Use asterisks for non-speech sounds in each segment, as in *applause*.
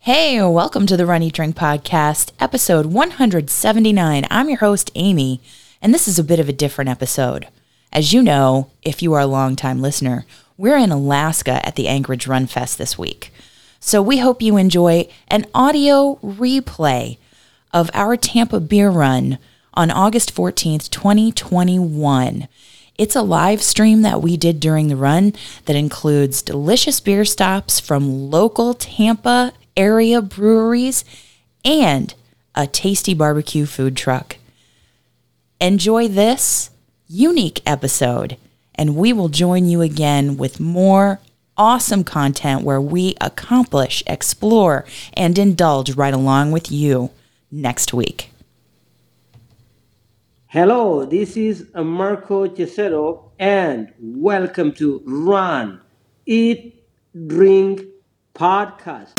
Hey, welcome to the Run Eat Drink Podcast, episode 179. I'm your host, Amy, and this is a bit of a different episode. As you know, if you are a longtime listener, we're in Alaska at the Anchorage Run Fest this week. So we hope you enjoy an audio replay of our Tampa Beer Run on August 14th, 2021. It's a live stream that we did during the run that includes delicious beer stops from local Tampa area breweries and a tasty barbecue food truck. Enjoy this unique episode, and we will join you again with more awesome content where we accomplish, explore, and indulge right along with you next week. Hello, this is Marco Cesero, and welcome to Run, Eat, Drink Podcast.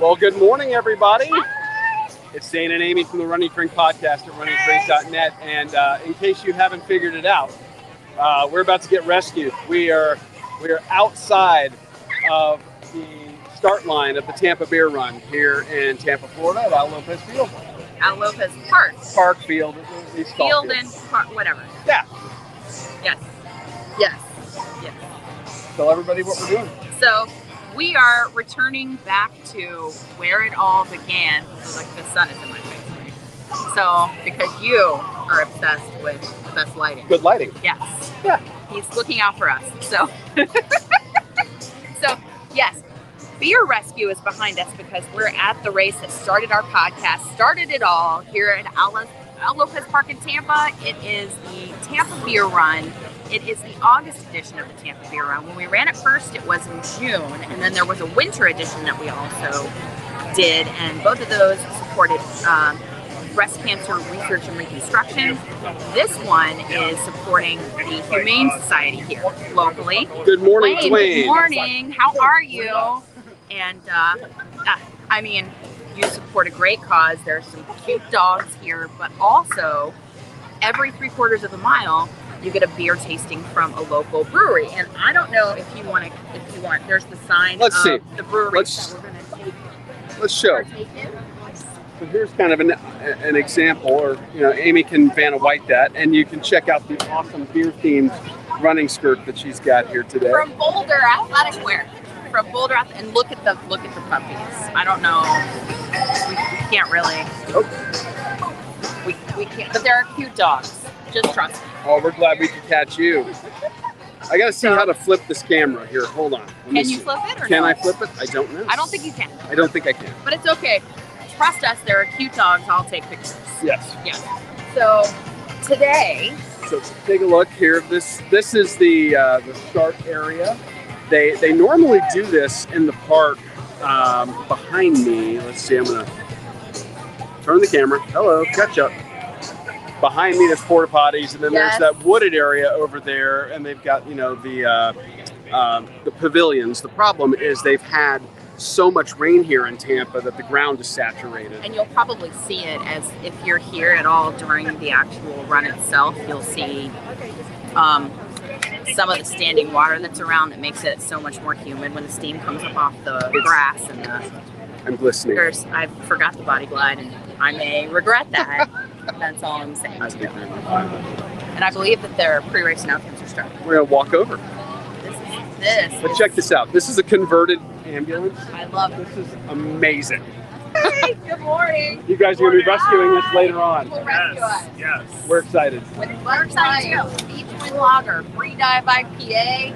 Well, good morning, everybody. It's Dana and Amy from the Running Drink podcast at runningdrink.net. And uh, in case you haven't figured it out, uh, we're about to get rescued. We are we are outside of the start line of the Tampa Beer Run here in Tampa, Florida, at Al Lopez Field, Al Lopez Park. Park Field, these golf Field fields. and park, whatever. Yeah. Yes. Yes. Yes. Tell everybody what we're doing. So we are returning back to where it all began. Like the sun is in my face. Right? So because you are obsessed with the best lighting. Good lighting. Yes. Yeah. He's looking out for us. So. *laughs* so yes, Beer Rescue is behind us because we're at the race that started our podcast, started it all here at Al Al Lopez Park in Tampa. It is the Tampa Beer Run. It is the August edition of the Tampa Beer Run. When we ran it first, it was in June, and then there was a winter edition that we also did, and both of those supported um, breast cancer research and reconstruction. This one is supporting the Humane Society here locally. Good morning, Wayne, Dwayne. Good morning. How are you? And uh, uh, I mean, you support a great cause. There's some cute dogs here, but also every three quarters of a mile, you get a beer tasting from a local brewery. And I don't know if you want to. If you want, there's the sign Let's of see. the brewery Let's- that we're going to take. Let's show. partake in. So here's kind of an, an example, or you know, Amy can Vanna White that, and you can check out the awesome beer themed running skirt that she's got here today. From Boulder Athletic Wear. From Boulder Ath- and look at the look at the puppies. I don't know. We can't really. We, we can't. But there are cute dogs. Just trust me. Oh, we're glad we could catch you. I gotta see how to flip this camera here. Hold on. Let me Can you see. flip it or Can no? I flip it? I don't know. I don't think you can, I don't think I can. but it's okay. Trust us. There are cute dogs. I'll take pictures. Yes. So today, So take a look here. This this is the uh, the start area. They they normally do this in the park um, behind me. Let's see. I'm gonna turn the camera. Hello, catch up. Behind me, there's porta potties, and then Yes. there's that wooded area over there, and they've got you know the uh, um, the pavilions. The problem is they've had so much rain here in Tampa that the ground is saturated. and you'll probably see it as if you're here at all during the actual run itself. You'll see um, some of the standing water that's around that makes it so much more humid when the steam comes up off the grass and the. I'm glistening. There's, I forgot the body glide, and I may regret that. that's all I'm saying. I think I'm fine. And I believe that their pre-race announcements are starting. We're gonna walk over. This is this. But check this out. This is a converted ambulance. I love it. This is amazing. Hey, good morning. You guys are going to be rescuing us later on. We'll rescue us. We're excited. With lunchtime, beach wind lager, free dive IPA,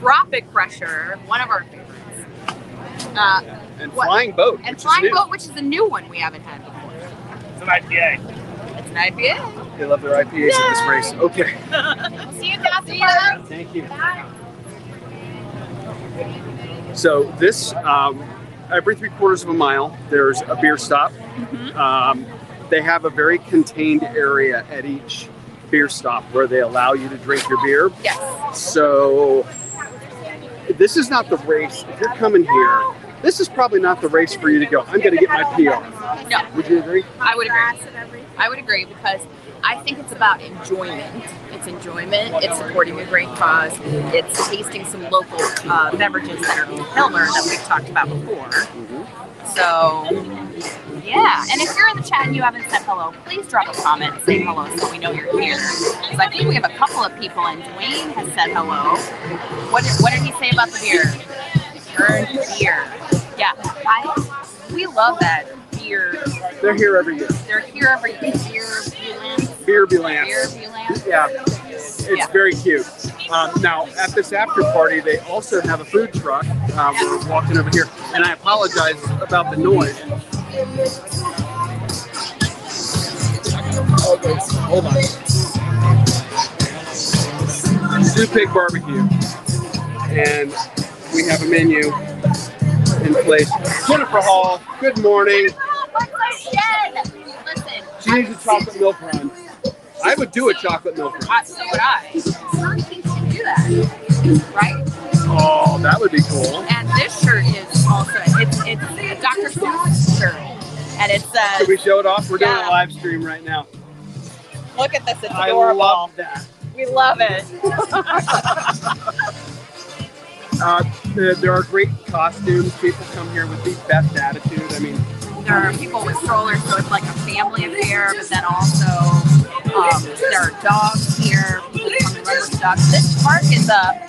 tropic pressure, one of our favorites, uh, And What? flying boat. and which flying is new. boat, which is a new one we haven't had before. It's an IPA. It's an IPA. They love their IPAs at this race. Okay. See you guys. Thank you. Bye. So this, um, every three quarters of a mile, there's a beer stop. Mm-hmm. Um, they have a very contained area at each beer stop where they allow you to drink your beer. Yes. So this is not the race. If you're coming here, this is probably not the race for you to go. I'm going to get my PR. No, Would you agree? I would agree. I would agree because I think it's about enjoyment. It's enjoyment. It's supporting a great cause. It's tasting some local uh, beverages that are pillar that we've talked about before. So, yeah. And if you're in the chat and you haven't said hello, please drop a comment and say hello so we know you're here. Because I think we have a couple of people, and Dwayne has said hello. What did, what did he say about the beer? Earned beer. Yeah. I we love that beer They're here every year. they're here every year. Beer Beer, Belance. Yeah, it's Yeah. very cute. Um, now, at this after party, they also have a food truck. Uh, we're walking over here, and I apologize about the noise. Oh, wait, hold on. Stew Pig Barbecue. And we have a menu in place. Jennifer Hall, good morning. Listen, She needs a chocolate milk run. I would do a chocolate milk run. I, so would I. Hurricanes can do that, right? Oh, that would be cool. And this shirt is also it's it's a Dr. Seuss shirt, and uh, it Should we says, show it off? We're doing a Yeah. live stream right now. "Look at this, it's I adorable. love that. we love it." Uh, there, there are great costumes. People come here with the best attitude. I mean, There are people with strollers, so it's like a family affair. But then also, um, there are dogs here. People come and rubber dogs. This park is a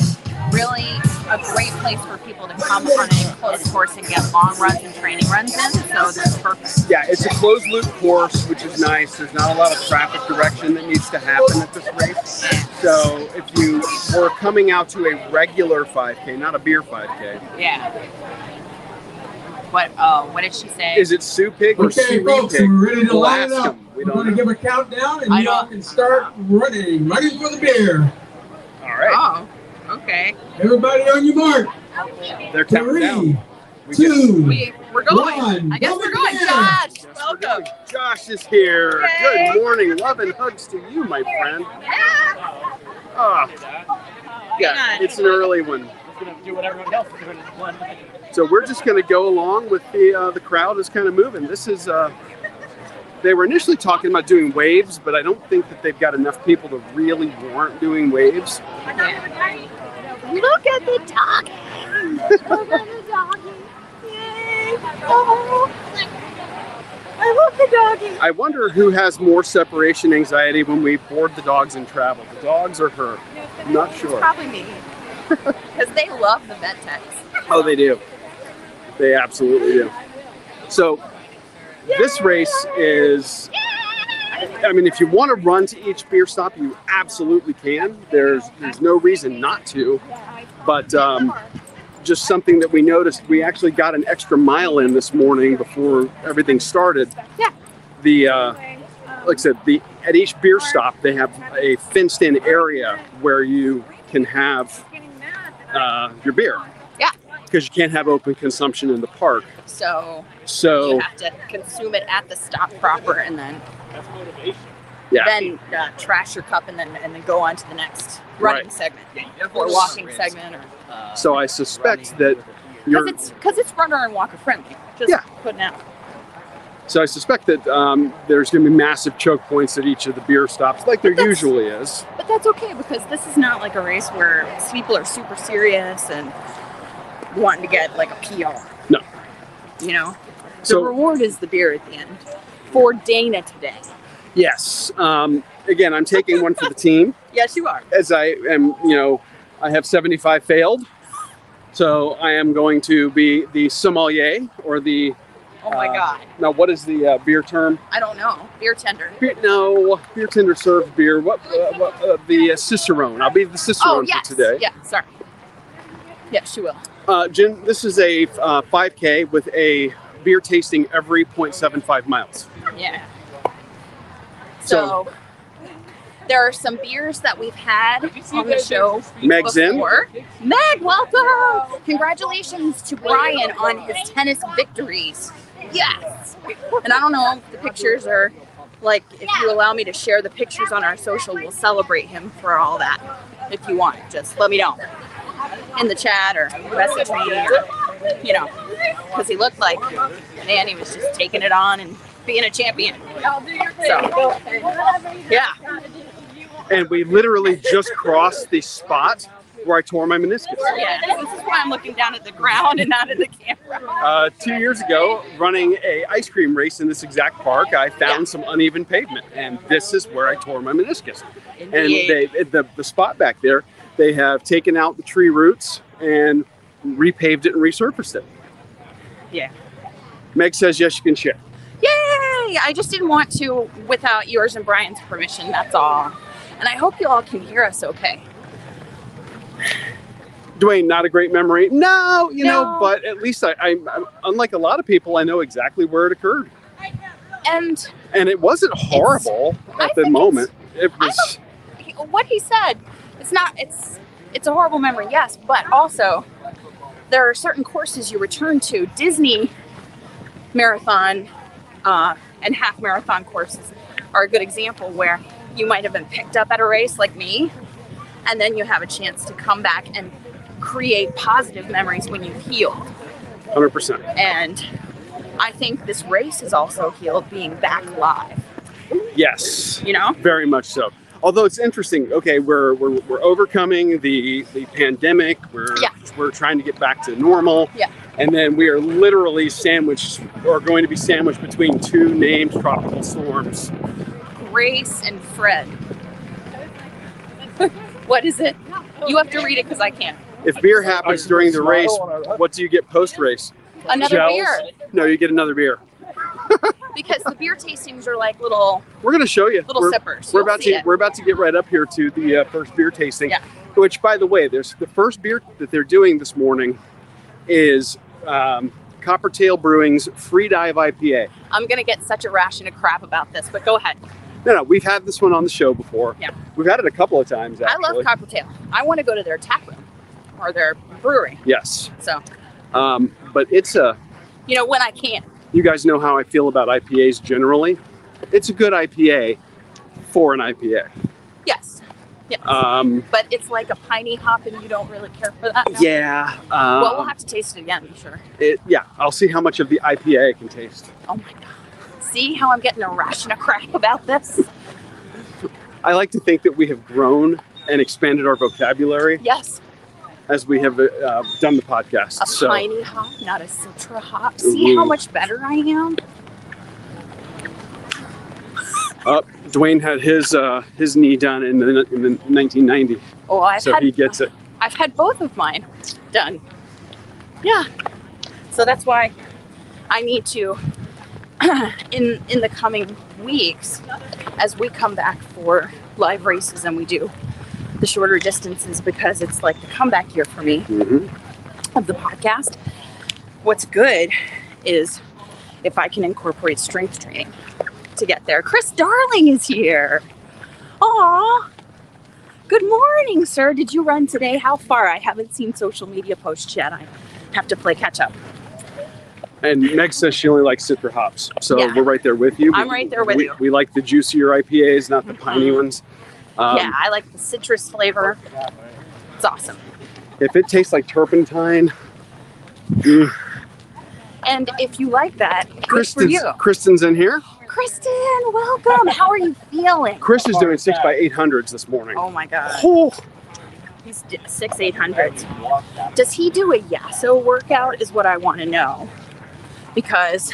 really a great place for people to come on an enclosed course and get long runs and training runs in. So this is perfect. yeah, it's a closed loop course, which is nice. There's not a lot of traffic direction that needs to happen at this race. So if you were coming out to a regular 5K, not a beer 5K, Yeah. What? Oh, what did she say? is it Sue Pig or Okay, Sue folks, Pig? we're ready to We'll line it ask up. them. We We're don't going to know. give a countdown, and I y'all don't- can start running, running for the beer. All right, oh, okay. Everybody on your mark. they're counting Three, down. We get- two, We we're going. One. I guess we're going. Over Josh, Yes, we're welcome. doing. Oh, Josh is here. Yay. Good morning. Love and hugs to you, my friend. Ah, yeah, Hang on. it's an early one. gonna do what everyone else is doing in one. So we're just going to go along with the uh, the crowd is kind of moving. This is uh, they were initially talking about doing waves, but I don't think that they've got enough people to really warrant doing waves. Look at the dog. Look at the doggy. Yay. Oh. I love the doggy. I wonder who has more separation anxiety when we board the dogs and travel. The dogs or her? Not It's sure. probably me. Because they love the vet techs. Oh, they do. They absolutely do. So this race is. I mean, if you want to run to each beer stop, you absolutely can. There's there's no reason not to. But um, just something that we noticed, we actually got an extra mile in this morning before everything started. Yeah. The uh, like I said, the at each beer stop they have a fenced-in area where you can have uh, your beer. Yeah. Because you can't have open consumption in the park. So So you have to consume it at the stop proper and then That's motivation. yeah, then uh, trash your cup and then and then go on to the next running Right. segment Yeah, or walking segment or So I suspect that you're. because it's because it's runner and walker friendly. Just Yeah. putting out. So I suspect that um, there's going to be massive choke points at each of the beer stops, like there But that's- usually is. But that's okay because this is not like a race where people are super serious and wanting to get like a PR. No. You know? So- the reward is the beer at the end for Dana today. Yes. Um, again, I'm taking one for the team, Yes, you are. as I am. You know, I have 75 failed, so I am going to be the sommelier or the Oh my Uh, God. now what is the uh, beer term? I don't know. Beer tender. Beer, no, beer tender served beer. What, uh, what uh, the uh, cicerone? I'll be the cicerone Oh, yes. for today. Yeah, sorry. Yes, you will. Uh, Jen, this is a uh, 5K with a beer tasting every 0.75 miles. Yeah. So, So- There are some beers that we've had on the show Meg Zim. before. Meg, welcome! Congratulations to Brian on his tennis victories. Yes! And I don't know if the pictures are like, if you allow me to share the pictures on our social, we'll celebrate him for all that. If you want, just let me know in the chat or message me or, you know, because he looked like, man, he was just taking it on and being a champion. So, yeah. And we literally just crossed the spot where I tore my meniscus. Yeah, this is why I'm looking down at the ground and not at the camera. Uh, two years ago, running a ice cream race in this exact park, I found some uneven pavement, and this is where I tore my meniscus. And they, the, the spot back there, they have taken out the tree roots and repaved it and resurfaced it. Yeah. Meg says yes, you can share. Yay! I just didn't want to without yours and Brian's permission, that's all. And I hope you all can hear us okay. Dwayne, not a great memory. No, you know, No. but at least I, I, I'm unlike a lot of people, I know exactly where it occurred, And and it wasn't horrible I at the think moment. It I was. he- what he said, it's not, it's, it's a horrible memory, yes, but also there are certain courses you return to. Disney marathon uh, and half marathon courses are a good example where you might have been picked up at a race like me, and then you have a chance to come back and create positive memories when you heal. 100%. And I think this race is also healed being back live, Yes. you know? Very much so. Although it's interesting, okay, we're we're, we're overcoming the, the pandemic. We're Yeah. we're trying to get back to normal. Yeah. And then we are literally sandwiched or going to be sandwiched between two named tropical storms. Grace and Fred. *laughs* what is it? You have to read it because I can't. If beer happens during the race, what do you get post race? Another Gels? beer. No, you get another beer. Because the beer tastings are like little We're gonna show you. little We're- sippers. We're You'll about to see it. we're about to get right up here to the uh, first beer tasting, Yeah. which, by the way, there's the first beer that they're doing this morning is um, Coppertail Brewing's Free Dive IPA. I'm gonna get such a ration of crap about this, but go ahead. No, no, we've had this one on the show before. Yeah. we've had it a couple of times. Actually. I love Coppertail. I want to go to their tap room or their brewery. Yes, So um, but it's a. you know when I can. You guys know how I feel about IPAs generally. It's a good IPA for an IPA. Yes. Yes. Um, but it's like a piney hop, and you don't really care for that. now? yeah. Um, Well, we'll have to taste it again, I'm sure. it, yeah. I'll see how much of the IPA I can taste. Oh my god. See how I'm getting a ration of crap about this? I like to think that we have grown and expanded our vocabulary Yes. as we have uh, done the podcast. A so piney hop, not a citra hop. See how Ooh. much better I am? up, uh, Dwayne had his uh, his knee done in, the, in the 1990, Oh, I've so had he gets it. I've had both of mine done. Yeah. So that's why I need to *clears throat* in in the coming weeks as we come back for live races and we do the shorter distances because it's like the comeback year for me Mhm. of the podcast. What's good is if I can incorporate strength training to get there. Chris Darling is here. Aw. Good morning, sir. Did you run today? How far? I haven't seen social media posts yet. I have to play catch up. And Meg says she only likes citra hops, so Yeah. we're right there with you. I'm We- right there with we, you. Mm-hmm. We like the juicier IPAs, not the piney ones. Um, yeah, I like the citrus flavor. It's awesome. If it tastes like turpentine, mm, And if you like that, good for Kristen's, you. Kristen's in here. Kristen, welcome. How are you feeling? Chris is doing six by eight hundreds this morning. Oh my God. Oh, He's d- six, eight hundreds. Does he do a Yasso workout? Is what I want to know. Because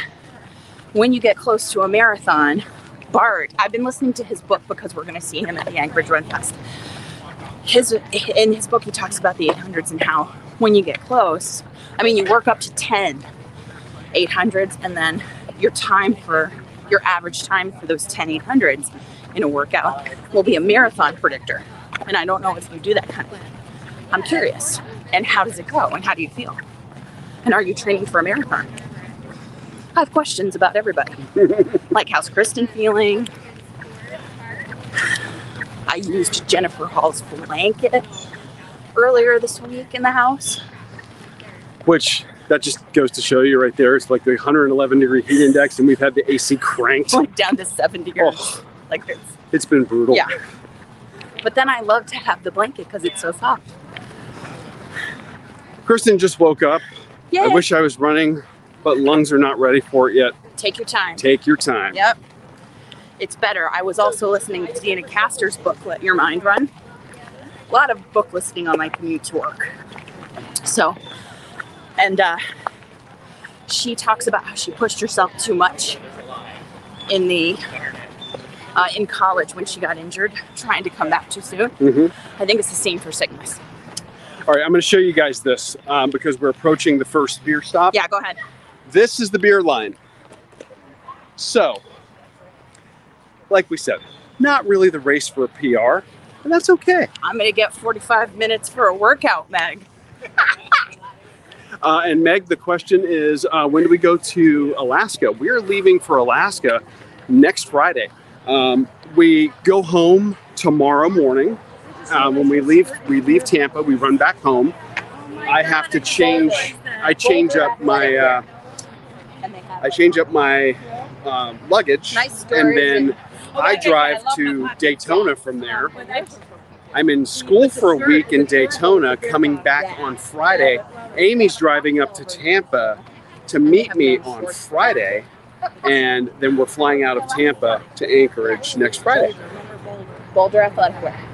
when you get close to a marathon, Bart, I've been listening to his book because we're going to see him at the Anchorage Run Fest. His in his book, he talks about the 800s and how when you get close, I mean, you work up to 10 800s, and then your time for your average time for those 10 800s in a workout will be a marathon predictor. And I don't know if you do that kind of thing. I'm curious. And how does it go? And how do you feel? And are you training for a marathon? I have questions about everybody. like, how's Kristen feeling? used Jennifer Hall's blanket earlier this week in the house. *laughs* Which that just goes to show you right there. It's like the 111 degree heat index, and we've had the AC cranked. Went down to 70 degrees. Oh. Like this. It's been brutal. Yeah. But then I love to have the blanket because it's so soft. Kristen just woke up. Yeah. I wish I was running, but lungs are not ready for it yet. Take your time. Take your time. Yep. It's better. I was also listening to Dina Castor's book, Let Your Mind Run. A lot of book listening on my commute to work. So, and uh, she talks about how she pushed herself too much in the uh, in college when she got injured, trying to come back too soon. hmm I think it's the same for sickness. All right, I'm going to show you guys this um, because we're approaching the first beer stop. Yeah, go ahead. This is the beer line. So, like we said, not really the race for a PR, and that's okay. I'm gonna get 45 minutes for a workout, Meg. Uh, and Meg, the question is, uh, when do we go to Alaska? We're leaving for Alaska next Friday. Um, we go home tomorrow morning. Um, when we leave, we leave Tampa. We run back home. I have to change. I change up my. Uh, And they have I change up my um, luggage, nice stories. and then I drive to Daytona from there. I'm in school for a week in Daytona, coming back on Friday. Amy's driving up to Tampa to meet me on Friday, and then we're flying out of Tampa to Anchorage next Friday. Boulder Athletic Wear.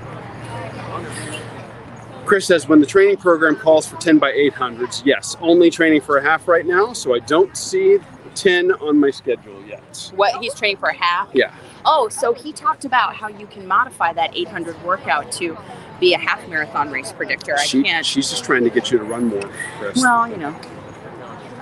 Chris says, when the training program calls for 10 by 800s, yes, only training for a half right now, so I don't see 10 on my schedule yet. What he's training for half? Yeah. Oh, so he talked about how you can modify that 800 workout to be a half marathon race predictor. I She, can't. she's just trying to get you to run more, Chris. Well, you know.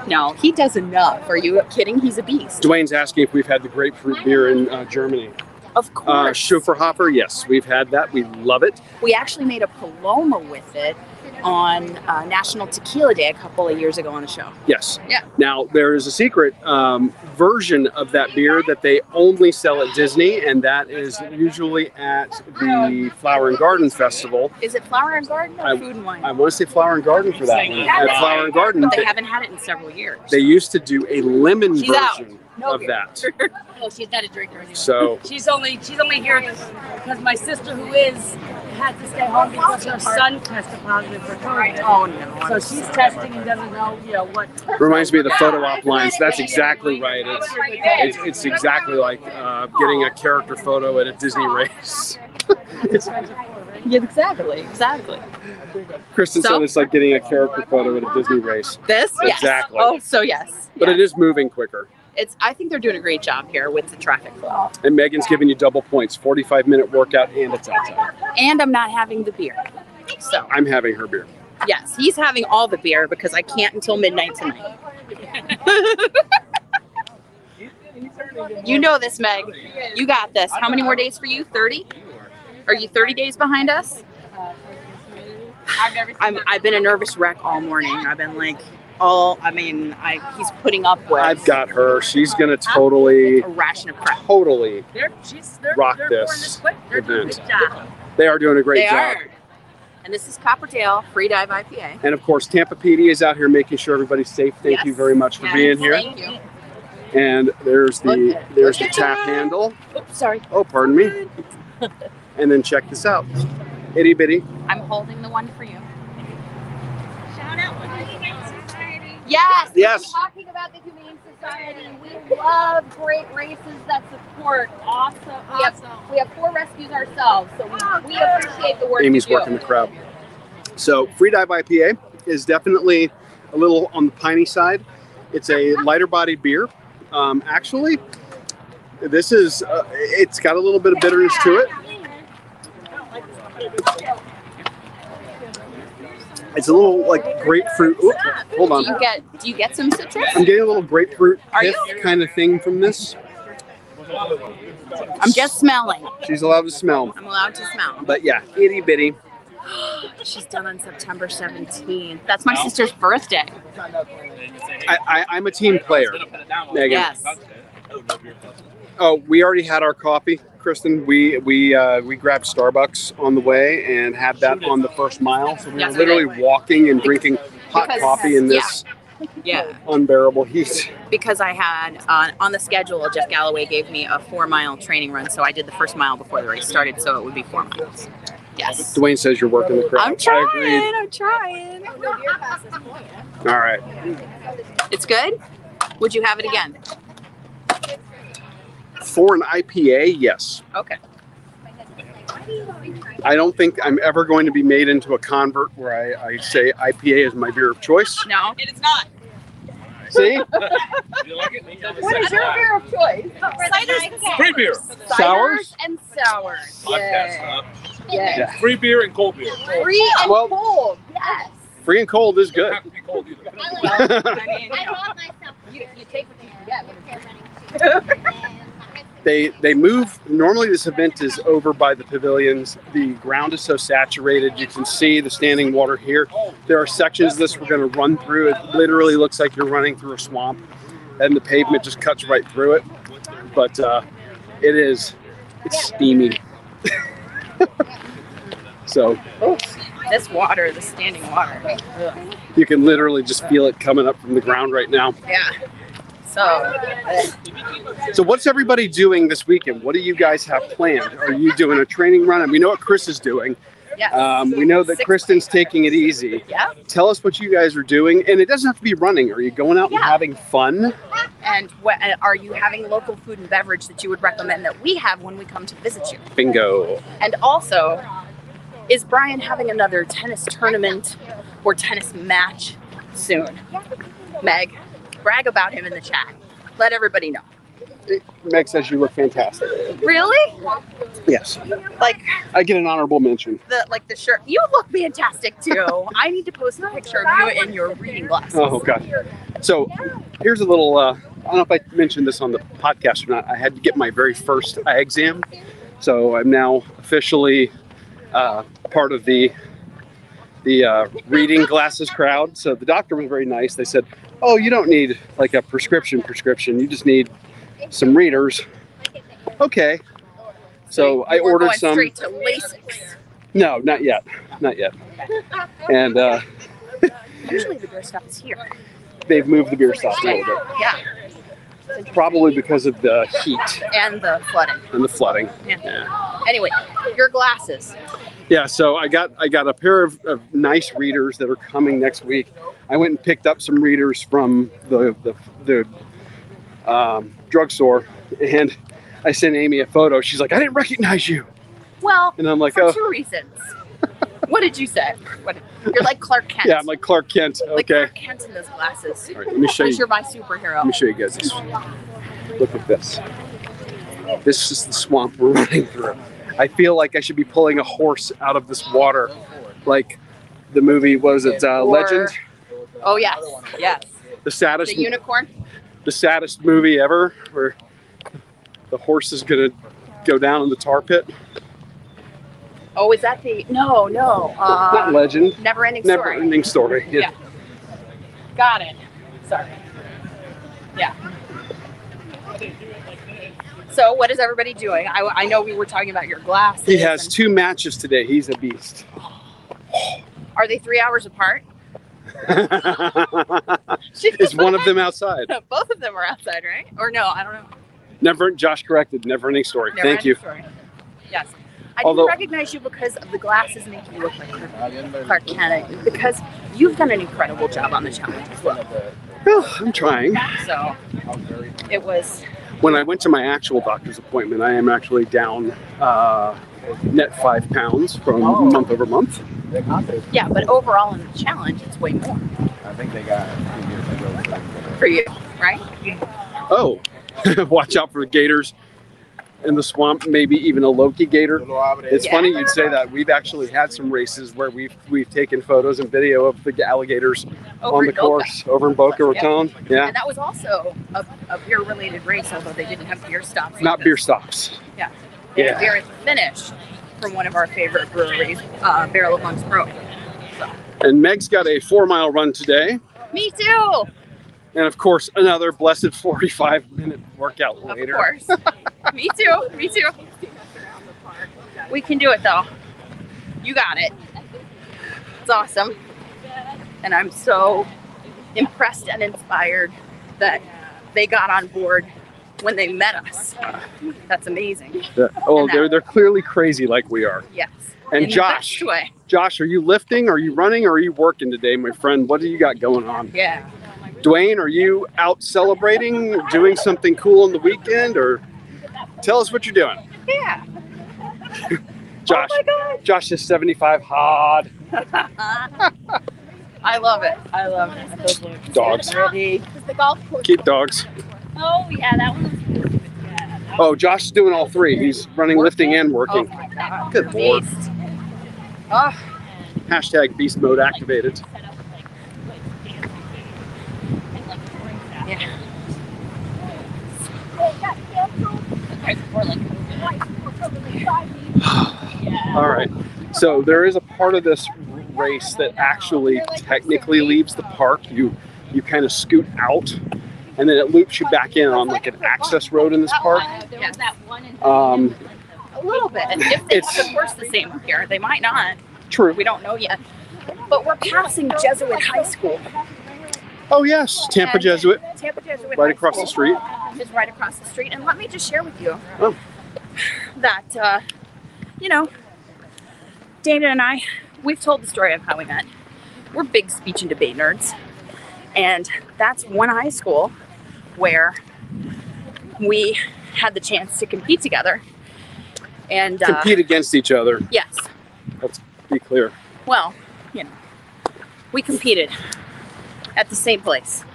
No, he does enough. Are you kidding? He's a beast. Dwayne's asking if we've had the grapefruit beer in uh, Germany. Of Uh, course. Schofferhofer, yes, we've had that. We love it. We actually made a Paloma with it on uh, National Tequila Day a couple of years ago on the show. Yes. Yeah. Now there is a secret um, version of that beer that they only sell at Disney, and that is usually at the Flower and Garden Festival. Is it Flower and Garden or I- Food and Wine? I want to say Flower and Garden for that one. At Flower and Garden, But they they, haven't had it in several years. they used to do a lemon She's out. version No of beer. that. No, Oh, she's not a drinker anymore. So She's only she's only here because my sister, who is, had to stay home because her son tested positive for COVID. Oh no! So she's testing and doesn't know, you know what. reminds me of the photo op lines. That's exactly right. It's it's, it's exactly like uh, getting a character photo at a Disney race. Yeah, exactly, exactly. Kristen So? said it's like getting a character photo at a Disney race, This, yes. Exactly. Oh, so yes. but Yeah. it is moving quicker. It's. I think they're doing a great job here with the traffic flow, And Megan's giving you double points 45 minute workout and it's outside. and I'm not having the beer. So I'm having her beer. yes, he's having all the beer because I can't until midnight tonight. you know this, Meg. You got this. How many more days for you? Thirty? Are you thirty days behind us? I'm, I've been a nervous wreck all morning. I've been like, all. I mean, I he's putting up with I've got her. She's going to totally, a ration of crap. totally. They're, she's, they're, Rock they're this pouring this quick. They're doing a good job. They are doing a great they job. are. And this is Copperdale Free Dive IPA. And of course, Tampa PD is out here making sure everybody's safe. Thank you Yes. very much for being here. Thank you. And there's the Look at- there's the look at tap that. handle. Oops, sorry. Oh, pardon *laughs* me. And then check this out. Itty bitty. I'm holding the one for you. Yes. Yes. Talking about the Humane Society, we love great races that support. Awesome, awesome. We have four rescues ourselves, so we, we appreciate the work. you Amy's do. working the crowd. So Free Dive IPA is definitely a little on the piney side. It's a lighter bodied beer. Um, actually, this is uh, it's got a little bit of bitterness to it. It's a little like grapefruit. Oop, hold Do on. you get do you get some citrus? I'm getting a little grapefruit Are you? pith kind of thing from this. I'm just smelling. She's allowed to smell. I'm allowed to smell. But yeah, itty bitty. She's done on September 17th. That's my sister's birthday. I, I, I'm a team player. Megan. Yes. Oh, we already had our coffee. Kristen, we we uh, we grabbed Starbucks on the way and had that on the first mile. So we Yes, were we literally walking and drinking hot Because- coffee in this Yeah, unbearable heat. *laughs* because I had uh, on on the schedule. Jeff Galloway gave me a four mile training run, so I did the first mile before the race started, so it would be four miles. Yes, Dwayne says you're working the crowd. I'm I agreed. trying. I'm trying. All right. It's good. Would you have it again? For an IPA, yes. Okay. I don't think I'm ever going to be made into a convert where I, I say IPA is my beer of choice. No, it is not. *laughs* See? You like it? Maybe I'll What decide is your tomorrow. beer of choice? Free beer. Sours? and sours. Podcast. Yeah. huh? Yes. Free beer and cold beer. Free and Well- cold. Yes. Free and cold is good. *laughs* Not to be cold either. I mean, *laughs* You, you take what you can get. but it's- they they move normally this event is over by the pavilions the ground is so saturated you can see the standing water here there are sections of this we're going to run through it literally looks like you're running through a swamp and the pavement just cuts right through it but uh, it is it's steamy *laughs* so this water, the standing water. you can literally just feel it coming up from the ground right now Yeah. So so what's everybody doing this weekend what do you guys have planned are you doing a training run and we know what chris is doing yeah. Um, we know that Six- Kristen's taking it easy. Yeah. Tell us what you guys are doing, and it doesn't have to be running. Are you going out and Yeah. having fun? And what and are you having local food and beverage that you would recommend that we have when we come to visit you? Bingo. And also, is Brian having another tennis tournament or tennis match soon? Meg, brag about him in the chat. Let everybody know. Meg says you look fantastic. Really? Yes. Like I get an honorable mention. the like the shirt. You look fantastic too. I need to post a picture of you in your reading glasses. Oh, gosh. So here's a little uh, I don't know if I mentioned this on the podcast or not. I had to get my very first eye exam. So I'm now officially uh, part of the the uh, reading glasses crowd. So the doctor was very nice. They said, "Oh, you don't need like a prescription prescription. You just need some readers." Okay. So I We're ordered going some. straight to LASIK. No, not yet. Not yet. And uh, Usually the beer stuff is here. they've moved the beer stop a little bit, Yeah, probably because of the heat and the flooding. and the flooding. Yeah. Yeah. Anyway, your glasses. Yeah, so I got I got a pair of, of nice readers that are coming next week. I went and picked up some readers from the the, the um, drugstore, and I sent Amy a photo. She's like, "I didn't recognize you," Well, and I'm like, for "Oh, two reasons. what did you say? What, you're like Clark Kent. yeah." I'm like Clark Kent. Okay, Like Clark Kent in those glasses. All right, let me show Because you. you're my superhero. Let me show you guys this. Look at this. This is the swamp we're *laughs* running through. I feel like I should be pulling a horse out of this water, like the movie what was it uh, Or- Legend? Oh yes, yes. The saddest The unicorn. the saddest movie ever where the horse is gonna go down in the tar pit. Oh, is that the? No, no. Not Uh, legend. never ending Never story. ending story. Yeah. Got it. Sorry. Yeah. So what is everybody doing? I, I know we were talking about your glasses. He has and- two matches today. He's a beast. *laughs* Are they three hours apart? is one of them outside? *laughs* Both of them are outside, right? Or no? I don't know. Never Josh corrected, never ending story. Never Thank ending you. story. Yes. I Although- didn't recognize you because of the glasses making you look like Clark- Clark Kent. Because you've done an incredible job on the challenge as well. Well, I'm trying. So it was When I went to my actual doctor's appointment, I am actually down uh, net five pounds from Oh. month over month. yeah, but overall in the challenge, it's way more for you, right? Oh, *laughs* watch out for the gators in the swamp. Maybe even a Loki gator. It's Yeah. funny you'd say that. We've actually had some races where we've we've taken photos and video of the alligators Over on the in Boca. course over in Boca Yep. Raton. Yeah, And that was also a, a beer related race, although they didn't have beer stops. not beer stops. Yeah. They had Yeah. beer at the finish from one of our favorite breweries, uh, Barrel of Monks Brewing. And Meg's got a four mile run today, Me too, and of course another blessed forty five minute workout *laughs* of later. course. me too, me too. We can do it though. You got it. It's awesome. And I'm so impressed and inspired that they got on board when they met us. That's amazing. Yeah. Oh, And that- they're they're clearly crazy like we are. Yes. And In the Josh, best way. Josh, are you lifting? Are you running? Are you working today, my friend? What do you got going on? Yeah. Dwayne, are you out celebrating, doing something cool on the weekend, or tell us what you're doing? *laughs* Yeah. Oh Josh, Josh is 75 hard I love it. I love it. I feel good. dogs. Ready? the golf course. Keep dogs. Oh yeah, that one's Oh, Josh is doing all three. He's running, lifting, and Oh working. my god. Good lord. Beast. Oh, Hashtag beast mode activated. All right. So there is a part of this race that actually technically leaves the park. You you kind of scoot out, and then it loops you back in on like an access road in this park. Uh, there Yes. was that one in Um, a little bit. And if they It's- have the course the same up here, they might not. true. We don't know yet. But we're passing Jesuit High School. Oh yes, Tampa Jesuit, Tampa Jesuit right High across the street. School. Just right across the street. And let me just share with you Oh. that, uh, you know, Dana and I, we've told the story of how we met. We're big speech and debate nerds. And that's one high school where we had the chance to compete together. And uh, Compete against each other. yes, Be clear. well, you know, we competed at the same *laughs* place.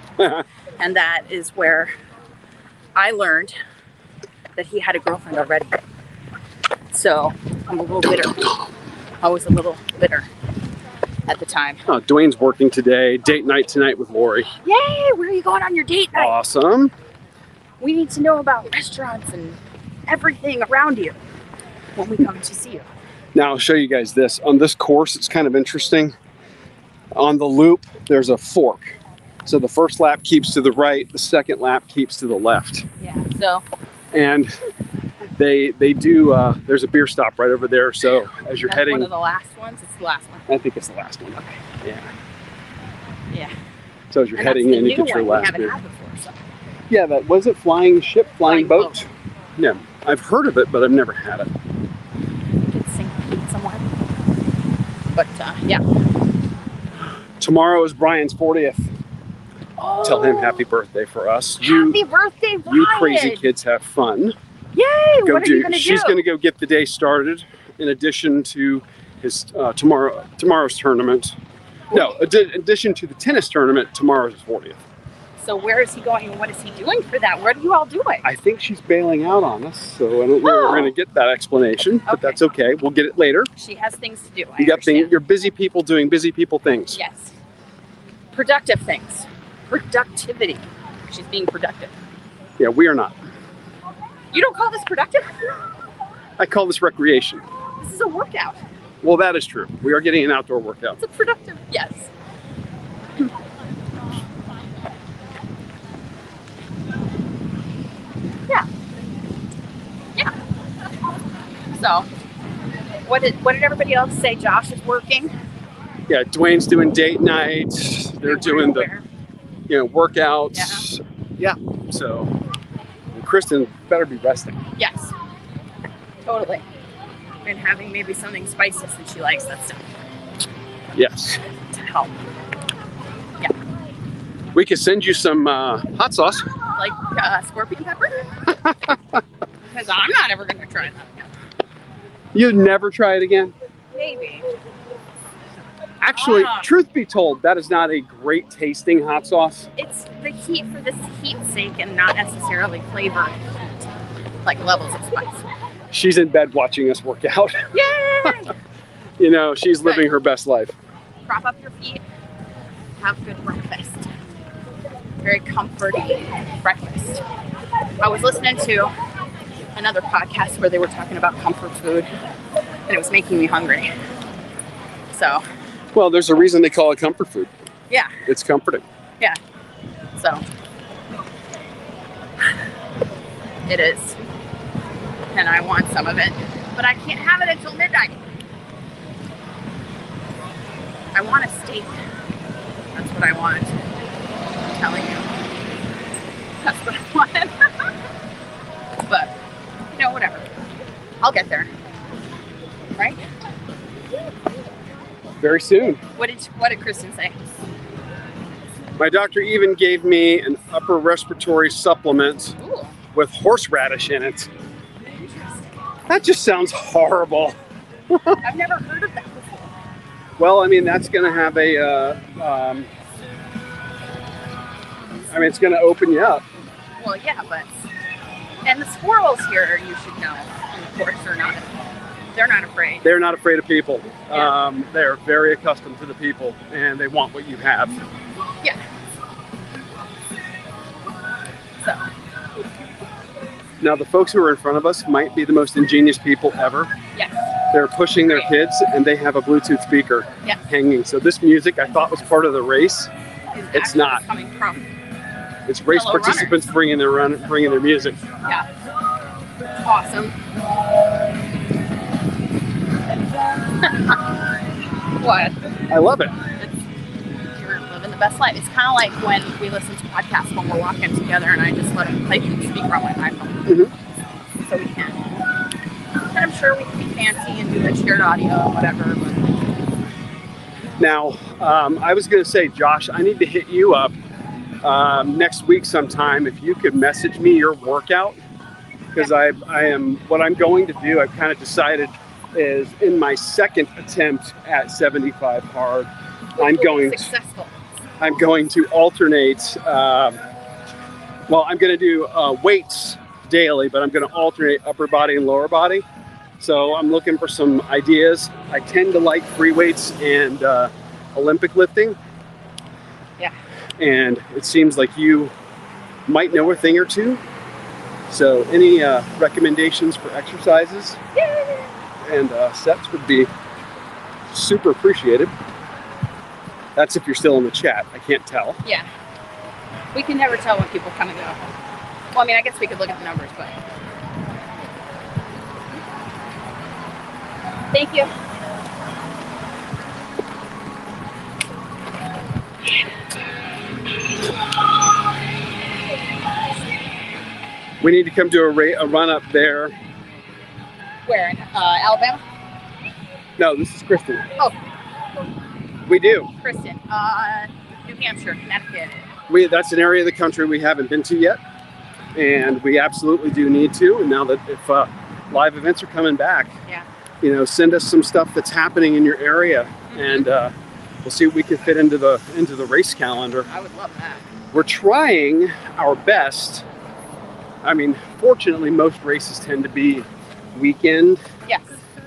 and that is where I learned that he had a girlfriend already. So I'm a little bitter. I was a little bitter at the time. Oh, Dwayne's working today. Date night tonight with Lori. Yay, where are you going on your date night? Awesome. We need to know about restaurants and everything around you when we come to see you. Now I'll show you guys this. On this course, it's kind of interesting. On the loop, there's a fork. So the first lap keeps to the right, the second lap keeps to the left. Yeah. So And they they do uh, there's a beer stop right over there. So as you're that's one heading of the last ones. It's the last one. I think it's the last one. Yeah. Yeah. So as you're And that's heading the in, you new get your one we last haven't beer. had before, so. Yeah, that was it flying ship, flying, Flying boat? Yeah. I've heard of it, but I've never had it. could sink somewhere. But uh, yeah. Tomorrow is Brian's 40th. Tell him happy birthday for us. You, Oh, Happy birthday, Brian! you crazy kids have fun. Yay! Go what are do, you gonna she's do? going to go get the day started in addition to his uh, tomorrow tomorrow's tournament. No, ad- in addition to the tennis tournament, tomorrow's his 40th. So where is he going and what is he doing for that? Where do you all do it? I think she's bailing out on us, so I don't know where we're Oh. going to get that explanation, but Okay. that's okay. We'll get it later. She has things to do. I You got thing, understand. you're busy people doing busy people things. Yes. Productive things. Productivity. She's being productive. yeah, we are not. You don't call this productive? *laughs* I call this recreation. This is a workout. Well, that is true. We are getting an outdoor workout. It's a productive. Yes. Yeah. Yeah. So, what did what did everybody else say? Josh is working. Yeah, Dwayne's doing date night. They're doing the Where? you know workouts. Yeah. So and Kristen better be resting. Yes. Totally. And having maybe something spicy since she likes that stuff Yes. to help. We could send you some uh, hot sauce. Like uh, *laughs* scorpion pepper? Because I'm not ever going to try that. You'd never try it again. Maybe. Actually, Ah. truth be told, that is not a great tasting hot sauce. it's the heat for the heat's sake and not necessarily flavor like levels of spice. She's in bed watching us work out. *laughs* Yay! you know, she's living her best life. Prop up your feet. Have good breakfast. Very comforting breakfast. I was listening to another podcast where they were talking about comfort food and it was making me hungry. So, Well, there's a reason they call it comfort food. Yeah. It's comforting. so it is. And I want some of it. but I can't have it until midnight. I want a steak. That's what I want. I'm telling you. That's what I want. *laughs* but, you know, whatever. I'll get there. Right? Very soon. What did what did Kristen say? My doctor even gave me an upper respiratory supplement Ooh. with horseradish in it. That just sounds horrible. I've never heard of that before. Well, I mean, that's going to have a. Uh, um, I mean, it's going to open you up. Well, yeah, but and the squirrels here, you should know, of course, are not. They're not afraid. They're not afraid of people. Yeah. Um, they are very accustomed to the people, and they want what you have. So Now, the folks who are in front of us might be the most ingenious people ever. yes, They're pushing their kids, and they have a Bluetooth speaker Yeah. hanging. So this music, I thought was part of the race. is It's actually not. coming from. It's race Fellow runners. participants bringing their run, bringing their music. Yeah, awesome. *laughs* what? I love it. It's- You're living the best life. It's kind of like when we listen to podcasts when we're walking together, and I just let them play through the speaker on my iPhone, Mhm. so we can. And I'm sure we can be fancy and do the shared audio and whatever. But Now, um, I was going to say, Josh, I need to hit you up um, next week sometime if you could message me your workout because I, I am what I'm going to do. I've kind of decided is in my second attempt at 75 hard, I'm hopefully going to, successful. I'm going to alternate. Um, well, I'm going to do uh, weights daily, but I'm going to alternate upper body and lower body. So I'm looking for some ideas. I tend to like free weights and uh, Olympic lifting. Yeah. And it seems like you might know a thing or two. So any uh, recommendations for exercises and uh, sets would be super appreciated. That's if you're still in the chat. I can't tell. Yeah. We can never tell when people come and go. Well, I mean, I guess we could look at the numbers, but. Thank you. We need to come do a, ra- a run up there. Where? In uh, Alabama? No, this is Kristen. Oh. We do. Kristen. Uh, New Hampshire, Connecticut. We that's an area of the country we haven't been to yet, and we absolutely do need to. And now that if uh, live events are coming back, Yeah. you know, send us some stuff that's happening in your area, and uh, we'll see what we can fit into the into the race calendar. I would love that. We're trying our best. I mean, fortunately, most races tend to be weekend Yes.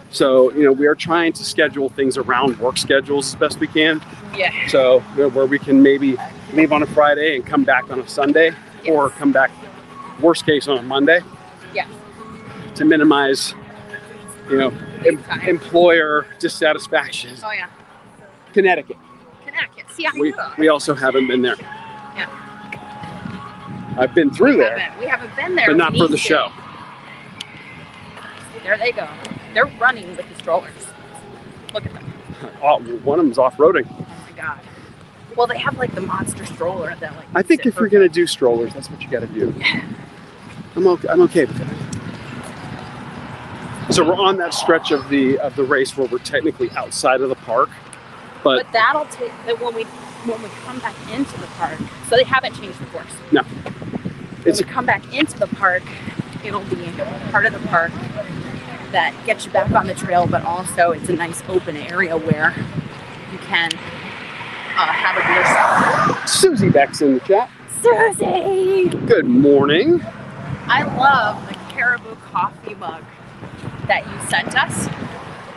So, you know, we are trying to schedule things around work schedules as best we can. Yeah. So, you know, where we can maybe leave on a Friday and come back on a Sunday or Yes. come back, worst case, on a Monday Yes. to minimize, you know, em- Time. employer dissatisfaction. Oh, yeah. Connecticut. Connecticut. See, I We, knew that. we also haven't been there. I've been through We there, haven't, we haven't been there. but We not for need the to. show. There they go. They're running with the strollers. Look at them. Oh, one of them's off roading. Oh my god. Well, they have like the monster stroller that like. I think sit if for- you're gonna do strollers, that's what you gotta do. I'm okay. I'm okay with that. So we're on that stretch of the of the race where we're technically outside of the park, but But that'll take that when we when we come back into the park. So they haven't changed the course. No. When It's- we come back into the park, it'll be part of the park that gets you back on the trail, but also it's a nice open area where you can uh, have it to yourself. Susie Beck's in the chat. Susie, Good morning. I love the caribou coffee mug that you sent us,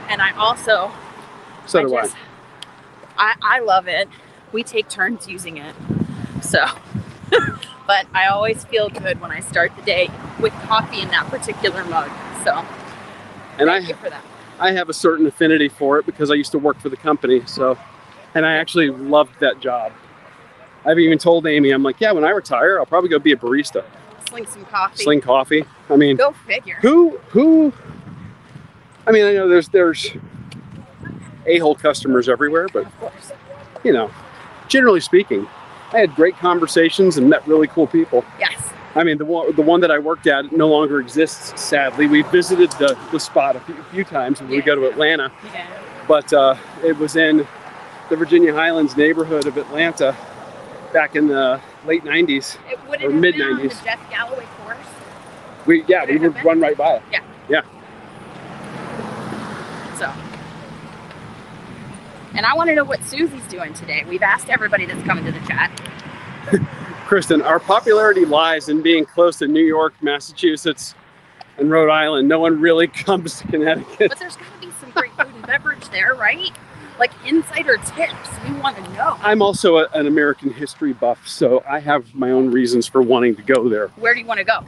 and I also So I do I. just- I, I love it. We take turns using it. So, *laughs* but I always feel good when I start the day with coffee in that particular mug. So, And thank you I for that. I have a certain affinity for it because I used to work for the company. So, and I actually loved that job. I've even told Amy, I'm like, yeah, when I retire, I'll probably go be a barista, Sling some coffee. sling coffee. I mean, Go figure. who who I mean, I know there's there's a-hole customers everywhere, but Of course. you know, generally speaking, I had great conversations and met really cool people. Yes. I mean, the one, the one that I worked at no longer exists, sadly. We visited the, the spot a few, few times when we go to Atlanta, Yeah. but uh, it was in the Virginia Highlands neighborhood of Atlanta back in the late 90s. It would Or have been on the mid-nineties. Jeff Galloway course. We, yeah, we would run right by it. So. And I want to know what Susie's doing today. We've asked everybody that's coming to the chat. Kristen, our popularity lies in being close to New York, Massachusetts, and Rhode Island. No one really *laughs* comes to Connecticut. But there's got to be some great food and beverage there, right? Like insider tips. We want to know. I'm also a, an American history buff, so I have my own reasons for wanting to go there. Where do you want to go?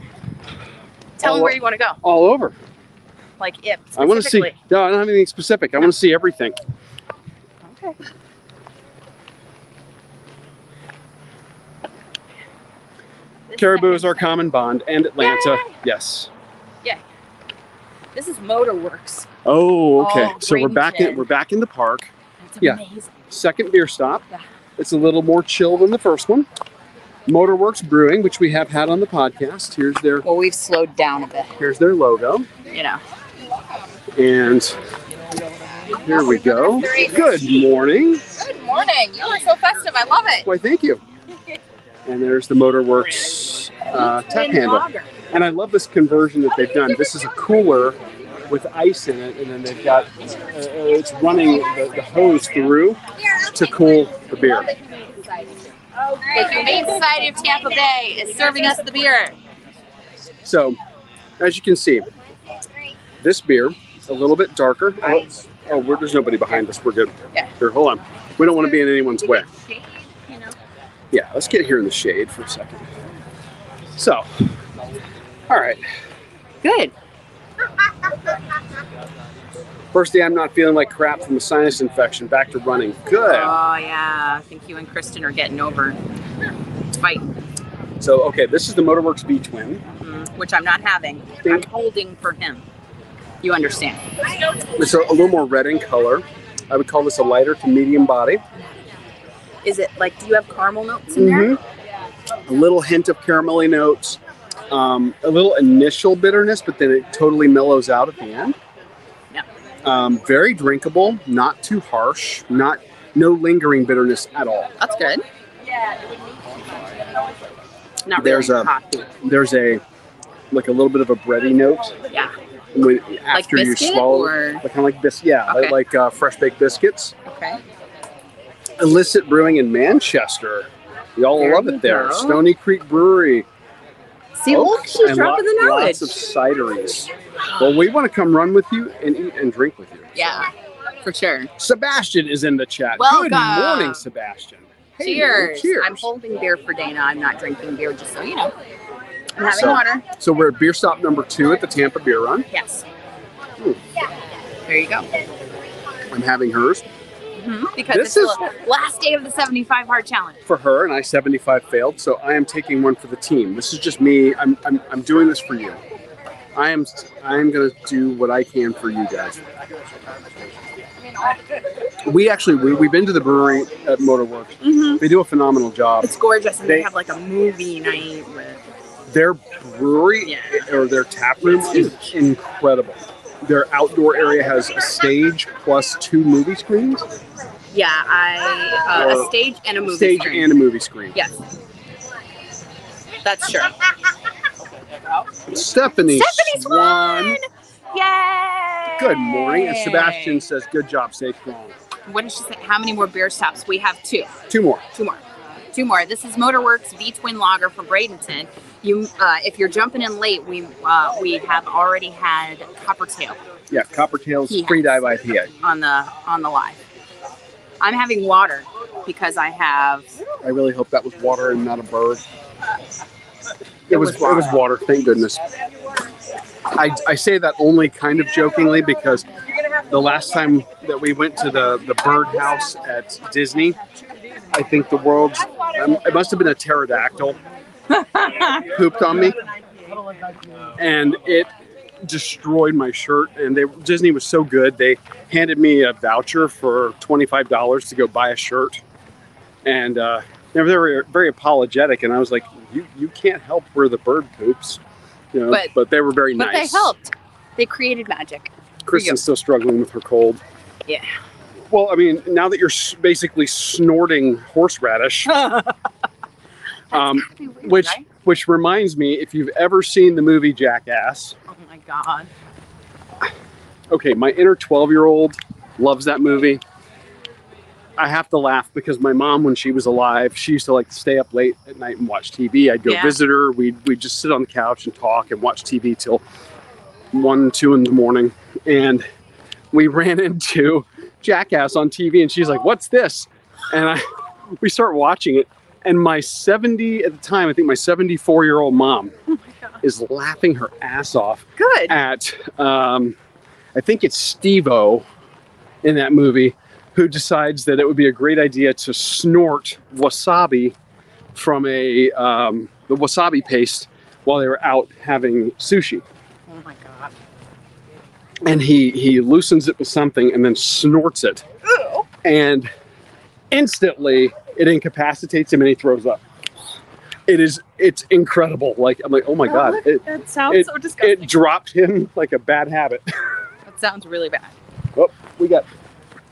Tell me Oh, where you want to go. All over. Like if. I want to see. specifically. No, I don't have anything specific. I want to see everything. Okay. This Caribou is our second- common bond, and Atlanta. Yay! Yes. This is Motor Works. Oh, okay. Oh, so we're Braden back in. Shed. We're back in the park. That's Yeah. amazing. Second beer stop. Yeah. It's a little more chill than the first one. Motorworks Brewing, which we have had on the podcast. Here's their Well, we've slowed down a bit, here's their logo, you know. and here we go. Good morning. Good morning. You are so festive. I love it. Why, thank you. And there's the Motorworks uh, tap handle. And I love this conversion that they've done. This is a cooler with ice in it, and then they've got uh, it's running the, the hose through to cool the beer. The Humane Society of Tampa Bay is serving us the beer. So, as you can see, this beer a little bit darker. Oh, oh, we're, there's nobody behind us. We're good. Yeah. Here, hold on. We don't want to be in anyone's way. You know, Yeah, let's get here in the shade for a second. So, all right. good. First day, I'm not feeling like crap from a sinus infection. Back to running. Good. Oh yeah, I think you and Kristen are getting over fight, So, okay, this is the Motorworks B Twin. mm, which I'm not having. I'm holding for him. You understand? It's a, a little more red in color. I would call this a lighter to medium body. Is it like? Do you have caramel notes in there? A little hint of caramelly notes, um, a little initial bitterness, but then it totally mellows out at the end. Yeah. Um, very drinkable, not too harsh, not no lingering bitterness at all. That's good. Not There's really a- coffee. There's a like a little bit of a bready note Yeah. when Like after you biscuit swallow, or like kind of like this. Yeah, Okay. like, like uh, fresh baked biscuits. okay. Illicit Brewing in Manchester. Y'all There love you it there. go. Stony Creek Brewery. See, look, she's and lot- dropping the knowledge. Lots of cideries. Well, we want to come run with you and eat and drink with you. yeah, for sure. Sebastian is in the chat. Good Welcome. morning, Sebastian. Hey, cheers. man, cheers. I'm holding beer for Dana. I'm not drinking beer, just so you know. I'm having So- water. so we're at beer stop number two at the Tampa Beer Run. Yes. Ooh. There you go. I'm having hers Because This this it's is- the last day of the 75 hard challenge. for her, and I 75 failed, so I am taking one for the team. This is just me. I'm I'm, I'm doing this for you. I am I am gonna do what I can for you guys. We actually we, we've been to the brewery at Motorworks. Mm-hmm. They do a phenomenal job. It's gorgeous, and they, They- have like a movie night with. Their brewery Yeah. or their tap room is incredible. Their outdoor area has a stage plus two movie screens, Yeah, I uh, Or a stage and a movie. stage screen. and a movie screen. yes, that's true. Stephanie, Stephanie Swan. Yay! Good morning. And Sebastian says, "Good job, Saquon." What did she say? How many more beer stops? We have two. Two more. Two more. Two more. This is Motorworks V Twin Lager from Bradenton. You, uh, if you're jumping in late, we uh, we have already had Coppertail Yeah, Coppertails Yes. Free Dive IPA. on the on the live. I'm having water because I have. I really hope that was water and not a bird. It was was water. it was water. Thank goodness. I, I say that only kind of jokingly because the last time that we went to the the bird house at Disney, I think the world's um, it must have been a pterodactyl pooped on me, and it destroyed my shirt, and they Disney was so good. They handed me a voucher for twenty five dollars to go buy a shirt, and uh, they were very, very apologetic. And I was like, "You you can't help where the bird poops," you know. But- But, they were very But nice. they helped. They created magic. Kristen's still struggling with her cold. Yeah. Well, I mean, now that you're s- basically snorting *laughs* horseradish, um, Pretty weird, which right? which reminds me, if you've ever seen the movie Jackass, Oh my god. okay, my inner 12 year old loves that movie. I have to laugh because my mom, when she was alive, she used to like stay up late at night and watch TV. I'd go Yeah. visit her. We'd, we'd just sit on the couch and talk and watch TV till one, two in the morning. And we *laughs* ran into Jackass on TV and she's like, What's this? And I, *laughs* we start watching it. And my 70, at the time, I think my 74 year old *laughs* mom is laughing her ass off Oh Good. at um, I think it's Steve-O in that movie who decides that it would be a great idea to snort wasabi from a um, the wasabi paste while they were out having sushi. Oh my god. And he he loosens it with something and then snorts it. And instantly it incapacitates him and he throws up. It is it's incredible. Like I'm like, oh my god. It, That sounds it- so disgusting. it dropped him like a bad habit. that sounds really bad. Oh, we got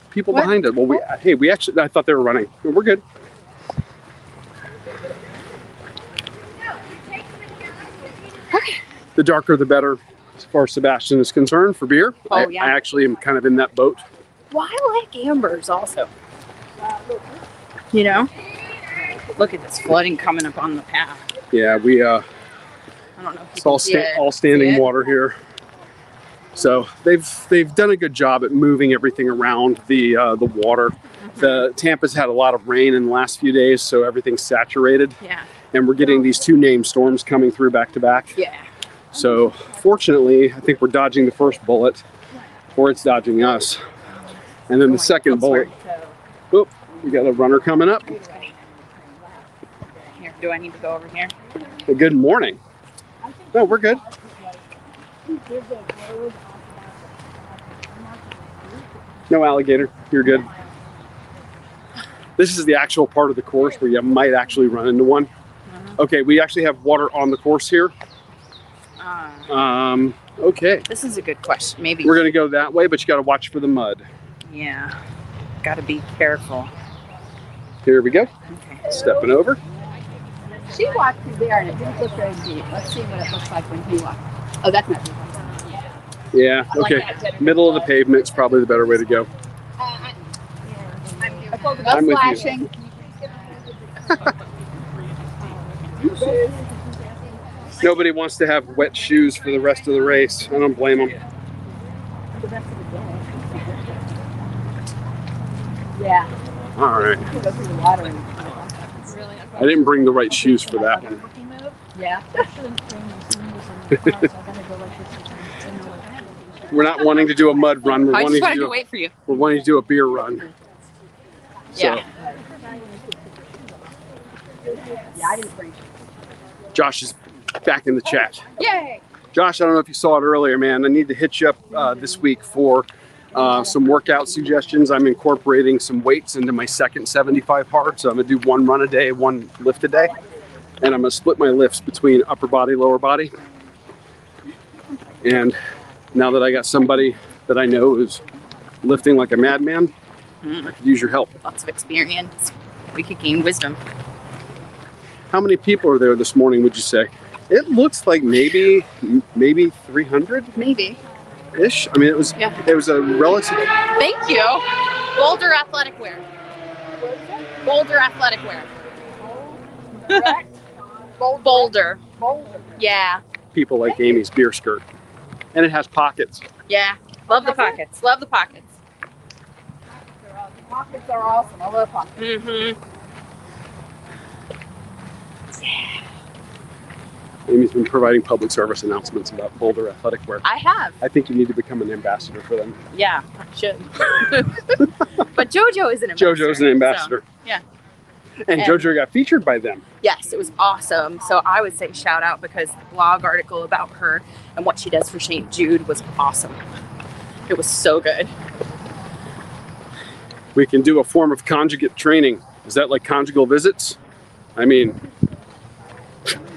people What? behind us. Well, we hey, we actually I thought they were running. We're good. The darker the better, as far as Sebastian is concerned for beer. Oh, I, yeah. I actually am kind of in that boat. Well, I like ambers also. You know? Look at this flooding coming up on the path. Yeah, we uh, I don't know if you it's can all see sta- it. all standing See it? water here. So they've they've done a good job at moving everything around the uh, the water. The Tampa's had a lot of rain in the last few days, so everything's saturated. Yeah. and we're getting these two name storms coming through back to back. Yeah. So fortunately, I think we're dodging the first bullet, or it's dodging us. And then the second bullet. Oop, we got a runner coming up. Here, do I need to go over here? Well, good morning. No, we're good. No alligator. You're good. This is the actual part of the course where you might actually run into one. Okay, we actually have water on the course here. Uh, Um, okay. this is a good question. Maybe. We're gonna go that way, but you gotta watch for the mud. yeah. Got to be careful. Here we go. Okay. Stepping over. She walked through there and it didn't look very deep. Let's see what it looks like when he walked. Oh, that's not deep. Yeah, okay. Middle of the pavement's probably the better way to go. I'm with you. flashing. Nobody wants to have wet shoes for the rest of the race. I don't blame them. Yeah. All right. Go through the water and- I didn't bring the right shoes for that one. Yeah. We're not wanting to do a mud run. We're I just wanting to wanted to do a, wait for you. we're wanting to do a beer run. So Yeah. Yeah, I didn't bring. Josh is back in the chat. Yay! Josh, I don't know if you saw it earlier, man. I need to hit you up uh, this week for uh, some workout suggestions. I'm incorporating some weights into my second 75 hard, so I'm gonna do one run a day, one lift a day, and I'm gonna split my lifts between upper body, lower body. And now that I got somebody that I know is lifting like a madman, I could use your help. Lots of experience. We could gain wisdom. How many people are there this morning? Would you say? It looks like maybe maybe 300 Maybe. ish. I mean, it was Yeah. it was a relative. Thank you. Boulder Athletic Wear. Boulder Athletic Wear. Boulder. Boulder. Yeah. people like Amy's beer skirt. And it has pockets. Yeah. Love the pockets. Love the pockets. Pockets are awesome. I love pockets. Mm-hmm. Amy's been providing public service announcements about Boulder athletic wear. I have. I think you need to become an ambassador for them. Yeah. *laughs* I should. but JoJo is an ambassador. JoJo's an ambassador. yeah. and JoJo got featured by them. yes, it was awesome. So I would say shout out because the blog article about her and what she does for St. Jude was awesome. It was so good. We can do a form of conjugate training. Is that like conjugal visits? I mean, *laughs*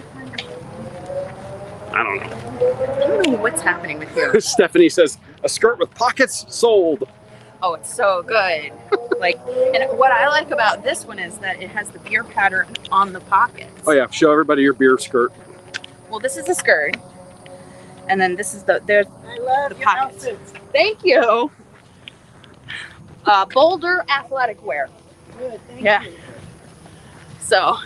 I don't know. I don't know what's happening with you. Stephanie says a skirt with pockets sold. Oh, it's so good. Like, and what I like about this one is that it has the beer pattern on the pockets. Oh yeah, show everybody your beer skirt. Well, this is a skirt, and then this is the there's I love the pockets. Thank you. Uh, Boulder athletic wear. Good, thank Yeah. you. So,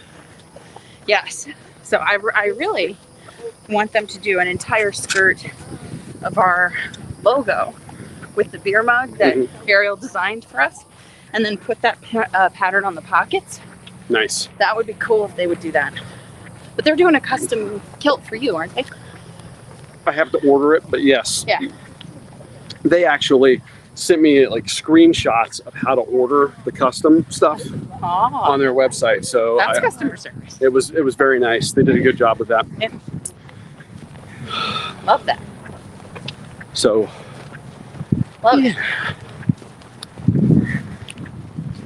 yes. So I, re- I really want them to do an entire skirt of our logo with the beer mug that Ariel designed for us, and then put that pa- uh, pattern on the pockets. Nice. That would be cool if they would do that. But they're doing a custom kilt for you, aren't they? I have to order it, but yes. Yeah. They actually sent me like screenshots of how to order the custom stuff Oh, on their website. So that's I, customer service. it was it was very nice. They did a good job with that. Love that. So Love it.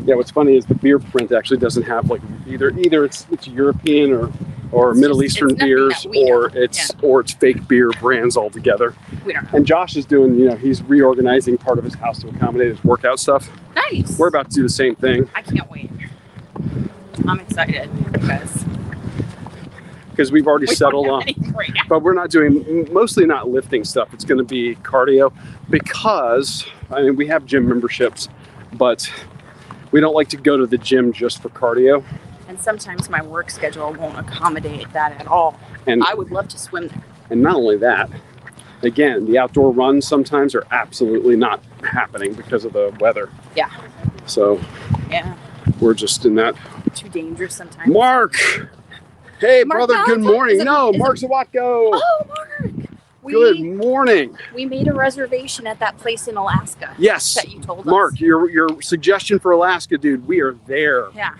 yeah, what's funny is the beer print actually doesn't have like either either it's it's European or or It's Middle just- Eastern it's nothing beers that we or know. it's or it's fake beer brands altogether. We don't know. And Josh is doing, you know, he's reorganizing part of his house to accommodate his workout stuff. Nice. We're about to do the same thing I can't wait. I'm excited because *laughs* because we've already we settled don't on have any right now. but we're not doing mostly not lifting stuff. It's going to be cardio because I mean we have gym memberships, but we don't like to go to the gym just for cardio. And sometimes my work schedule won't accommodate that at all. And I would love to swim there. and not only that, again the outdoor runs sometimes are absolutely not happening because of the weather. Yeah. So Yeah. we're just in that. Too dangerous sometimes. Mark. Hey Mark brother, good Valentine? morning. Is it- no, is it- Mark Zawatko. Oh, Mark. We, Good morning. we made a reservation at that place in Alaska Yes. that you told Mark, us. your your suggestion for Alaska, dude, we are there. Yeah.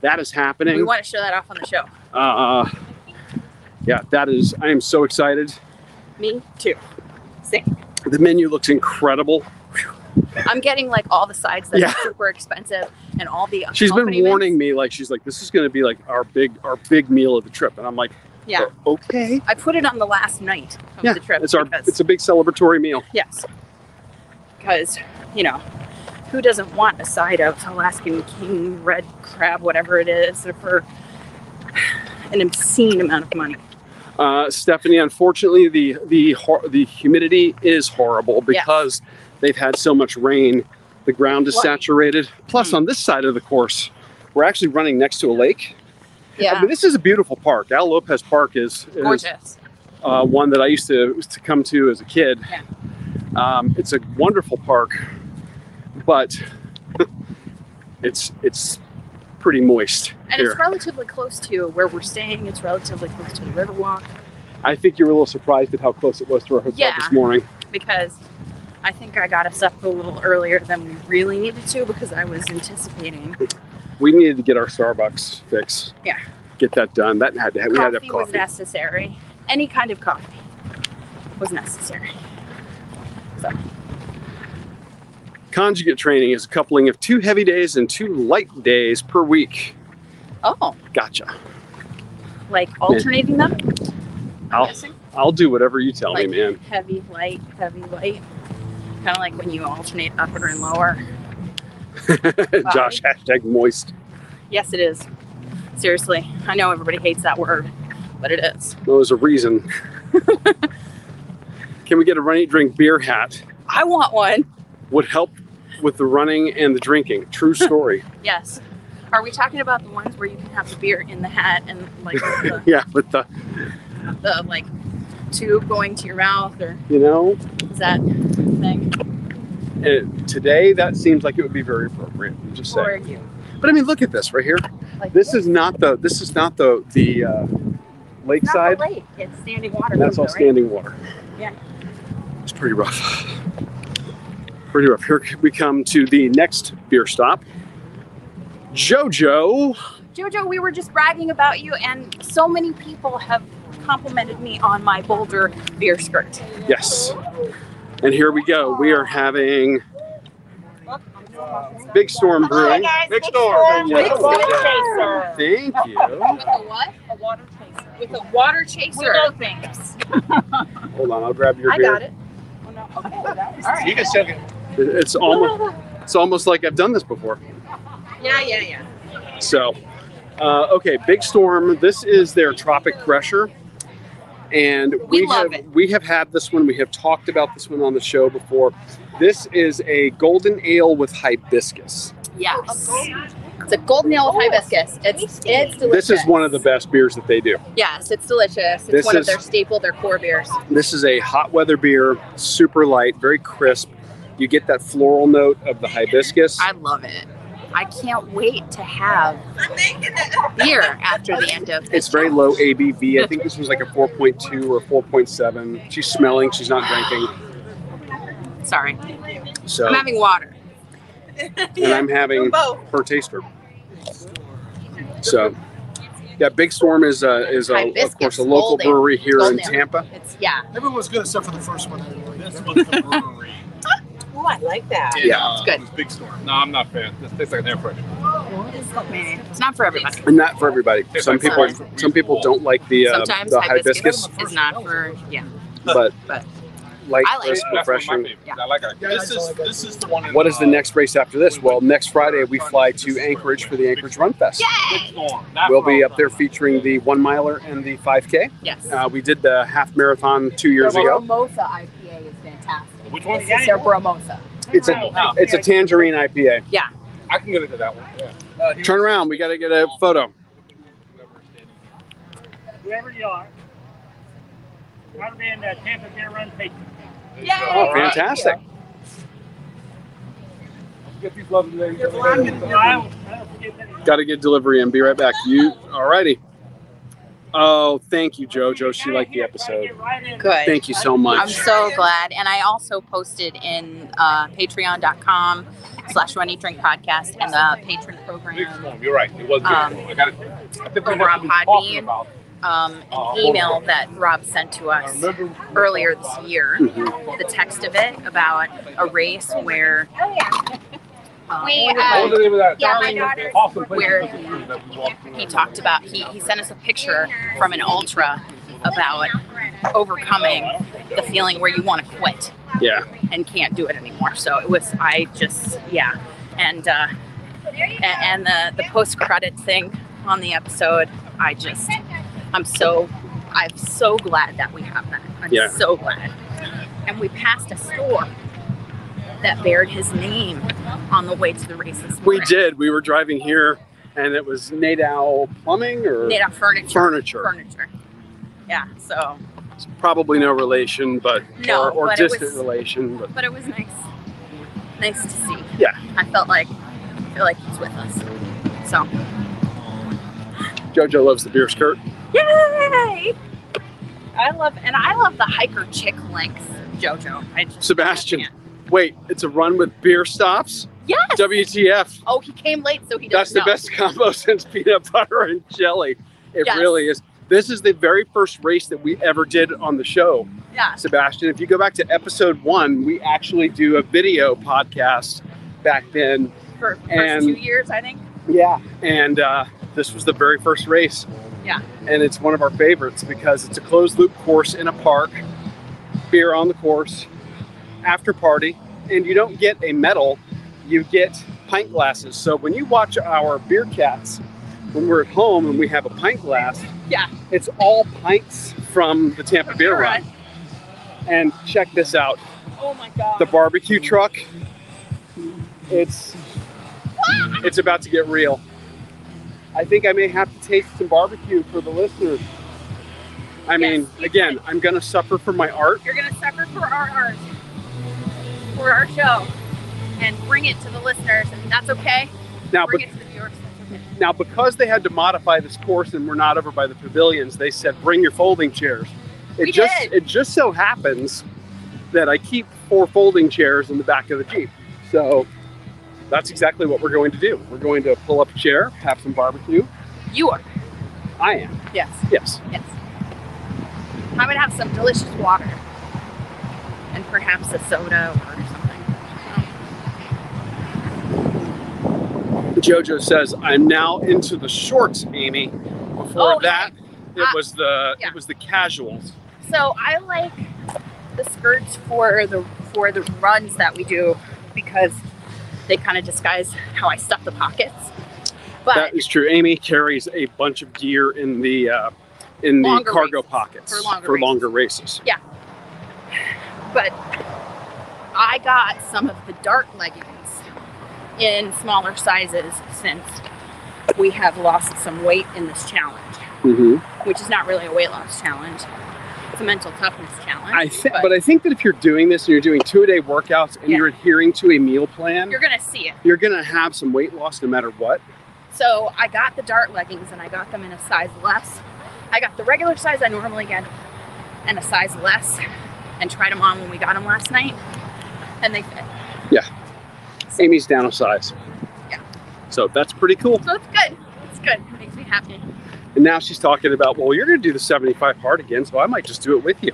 That is We happening. want to show that off on the show. Uh, yeah, that is. I am so excited. Me too. Same. The menu looks incredible. I'm getting like all the sides that Yeah. are super expensive and all the. She's been accompaniments. warning me, like she's like, this is going to be like our big our big meal of the trip, and I'm like, "Oh, Yeah. okay, I put it on the last night of yeah, the trip. it's our because- it's a big celebratory meal. Yes. Because, you know, who doesn't want a side of Alaskan king, red crab, whatever it is, for an obscene amount of money? Uh, Stephanie, unfortunately, the the hor- the humidity is horrible Yes. because they've had so much rain. The ground is Flooding. saturated. Plus, Hmm. on this side of the course, we're actually running next to a lake. I mean, this is a beautiful park. Al Lopez Park is, is Gorgeous. uh, one that I used to, to come to as a kid. Yeah. Um, it's a wonderful park, but *laughs* it's it's pretty moist And here. it's relatively close to where we're staying. It's relatively close to the Riverwalk I think you were a little surprised at how close it was to our hotel Yeah. this morning. because I think I got us up a little earlier than we really needed to because I was anticipating. We needed to get our Starbucks fix. Yeah. Get that done. That had to have, we had to have coffee was coffee. necessary. Any kind of coffee was necessary. Conjugate training is a coupling of two heavy days and two light days per week. Oh, Gotcha. like alternating them? I'm I'll, guessing? I'll do whatever you tell like me, Oh, man. heavy, light, heavy, light. Kind of like when you alternate upper and lower. *laughs* Josh, hashtag moist. Yes, it is. Seriously, I know everybody hates that word, but it is. Well, there's a *laughs* reason. Can we get a run, eat, drink beer hat? I want one. Would help with the running and the drinking. True *laughs* story. Yes. Are we talking about the ones where you can have the beer in the hat and *laughs* like the, yeah, but the the like tube going to your mouth, or you know is that a thing? it, today that seems like it would be very appropriate. I'm Just Or saying. are you But I mean, look at this right here. like This is not the this is not the the uh, it's not lakeside. the lake. It's standing water. And that's all though, right? standing water. Yeah. It's pretty rough. Pretty rough. Here we come to the next beer stop. JoJo Jojo, we were just bragging about you, and so many people have complimented me on my Boulder beer skirt. Yes. And here we go. We are having Big Storm Brewing. Big Storm. Big Storm Yeah. Thank you. With a what? A water chaser. With a water chaser. We know things. Hold on, I'll grab your I beer. got it. All You right. can still get. It- It's almost it's almost like I've done this before. Yeah, yeah, yeah. So, uh, okay, Big Storm. This is their Tropic Pressure, and We we, have love it. we have had this one. We have talked about this one on the show before. This is a golden ale with hibiscus. Yes. It's a golden ale with hibiscus. It's it's delicious. This is one of the best beers that they do. Yes, it's delicious. It's This one is- of their staple, their core beers. This is a hot weather beer, super light, very crisp. You get that floral note of the hibiscus. I love it. I can't wait to have beer after the end of this. It's very low ABV. I think this was like a 4.2 or 4.7. She's smelling, she's not drinking. Sorry, So, I'm having water. and I'm having her taster. So, yeah, Big Storm is uh, is a, of course Hibiscus, a local gold ale, brewery here in gold ale. Tampa. It's yeah. Everyone was good except for the first one. This was the brewery. Oh, I like that. Uh, Yeah, it's good. It was Big Storm. No, I'm not a fan. This tastes like an air freshener. It's not for everybody. And not for everybody. Some people some people don't like the uh, Sometimes the hibiscus, hibiscus, is not for yeah. but But- light, I like it. That's crisp, one of my refreshing. favorites. I like it. Yeah, this is this is the one. In, What is the uh, next race after this? Well, next Friday we fly to Anchorage for the Anchorage Run Fest. Big Storm. That's We'll what I'm be up there talking featuring the one miler and the 5K. Yes. Uh, we did the half marathon two years the ago. Bromosa IPA is fantastic. about. Which one? It's their Bromosa. It's a it's a tangerine IPA. I can get into that one. Yeah. Turn around, we got to get a photo. whoever you are, rather than the Tampa Beer Run page. Oh, fantastic! Get these lovely ladies. I will, I will forget that. Got to get delivery and be right back. You alrighty? Oh, thank you, JoJo. She liked the episode. Good. Thank you so I'm much. so glad. And I also posted in uh, patreon.com slash runny drink podcast and the patron Big program Storm. You're right. It was Big Um, Storm. I got it. I think we over have on been talking Podbean. about. um, an email that Rob sent to I us remember earlier this year, Mhm. the text of it about a race where Oh yeah. um, We, What was the name of that? yeah, my Darling, daughter's- awesome place where to visit that we walked he talked about he, he sent us a picture from an ultra about Oh, Oh, overcoming the feeling where you want to quit Yeah, and can't do it anymore. So it was I just yeah, and uh, a- and the the post credit thing on the episode. I just I'm so I'm so glad that we have that. I'm Yeah. so glad. And we passed a store that bared his name on the way to the race this we morning. did. We were driving here, and it was Nadal Plumbing or Made up furniture. Furniture. Furniture. Yeah. So, Probably no relation, but No, or, or but it distant was- relation, but but it was nice. Nice to see. Yeah. I felt like I feel like he's with us. So. JoJo loves the beer skirt. Yay! I love and I love the hiker chick links, Jojo. I just Sebastian. I can't. Wait, it's a run with beer stops? Yes. WTF. Oh, he came late, so he That's doesn't the know. best combo *laughs* since peanut butter and jelly. It Yes. really is. This is the very first race that we ever did on the show, Yeah. Sebastian. If you go back to episode one, we actually do a video podcast back then. For the first And- two years, I think. Yeah. And uh, this was the very first race. Yeah. And it's one of our favorites because it's a closed loop course in a park, beer on the course, after party, and you don't get a medal, you get pint glasses. So when you watch our beer cats, when we're at home and we have a pint glass, Yeah. it's all pints from the Tampa *laughs* Beer Run. And check this out Oh my god. the barbecue truck. It's it's about to get real. I think I may have to taste some barbecue for the listeners. I mean, you again, I'm gonna suffer for my art. You're gonna suffer for our art, for our show, and bring it to the listeners, and that's okay. Now, bring but it to the viewers. That's okay. now because they had to modify this course and we're not over by the pavilions, they said bring your folding chairs. It We just did. it just so happens that I keep four folding chairs in the back of the Jeep. So that's exactly what we're going to do. We're going to pull up a chair, have some barbecue, You are. I am. Yes. Yes. Yes. I'm gonna have some delicious water, and perhaps a soda or something. Jojo says, "I'm now into the shorts, Amy. Before Oh, that, it Ah, was the yeah. it was the casuals. So I like the skirts for the for the runs that we do because they kind of disguise how I stuff the pockets. But that is true. Amy carries a bunch of gear in the uh, in the Longer cargo races. pockets For longer for races. longer races. yeah, but I got some of the dark leggings in smaller sizes since we have lost some weight in this challenge, Mm-hmm. which is not really a weight loss challenge. It's a mental toughness challenge. I think, but, I think that if you're doing this and you're doing two a day workouts and Yeah. you're adhering to a meal plan, you're gonna see it. you're gonna have some weight loss no matter what. So I got the dart leggings and I got them in a size less. I got the regular size I normally get and a size less and tried them on when we got them last night and they fit. Yeah. Amy's down a size. Yeah. So that's pretty cool. So it's good. It's good. It makes me happy. And now she's talking about, well, you're gonna do the 75 hard again, so I might just do it with you.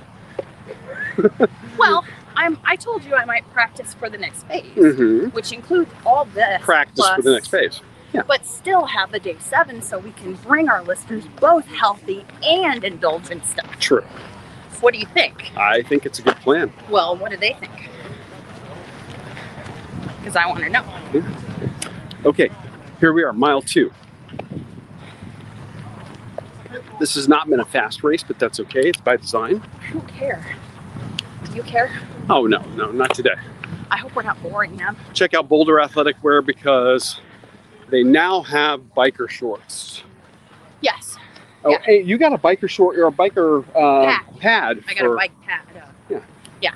Well, I'm I told you I might practice for the next phase, Mhm. which includes all this Practice for plus- the next phase. but still have a day seven so we can bring our listeners both healthy and indulgent stuff. True. What do you think? I think it's a good plan. Well, what do they think? Because I want to know. Okay, here we are, mile two. This has not been a fast race, but that's okay. It's by design. I don't care. Do you care? Oh, no, no, not today. I hope we're not boring them. Check out Boulder Athletic Wear because they now have biker shorts. Yes. Oh, Yeah. hey, you got a biker short or a biker uh, pad. I got a for- bike pad. Uh, Yeah. Yeah.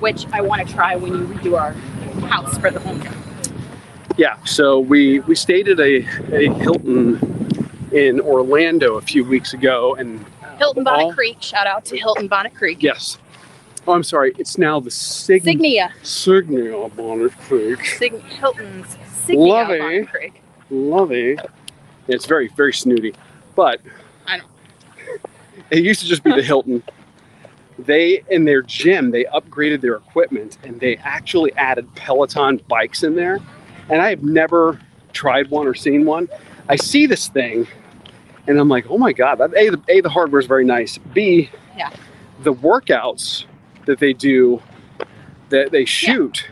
Which I want to try when you redo our house for the home gym. Yeah, so we we stayed at a, a Hilton in Orlando a few weeks ago, and Hilton Bonnet All- Creek. Shout out uh, to Hilton Bonnet Creek. yes, oh, I'm sorry, it's now the Sig- Signia. Signia Bonnet Creek. Sig- Hilton's Signia Lovely. Bonnet Creek. Lovely. It's very very snooty, but I know. it used to just *laughs* be the Hilton. They in their gym they upgraded their equipment and they actually added Peloton bikes in there, and I have never tried one or seen one. I see this thing, and I'm like, oh my god! that- A the, a, the hardware is very nice. B Yeah. the workouts that they do, that they shoot,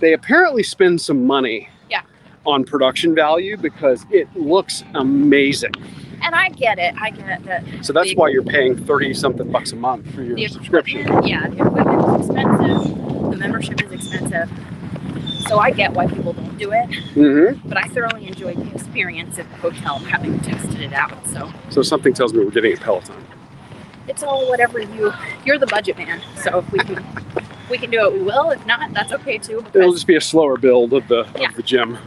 they apparently spend some money Yeah. on production value because it looks amazing. And I get it. I get that So that's The- why you're paying thirty something bucks a month for your the subscription. equipment, yeah, the equipment is expensive. The membership is expensive. So I get why people don't do it. Mm-hmm. But I thoroughly enjoyed the experience at the hotel, having tested it out. So. So something tells me we're getting a Peloton. it's all whatever you you're the budget man so if we can we can do it we will if not that's okay too It'll because just be a slower build of the Yeah. of the gym.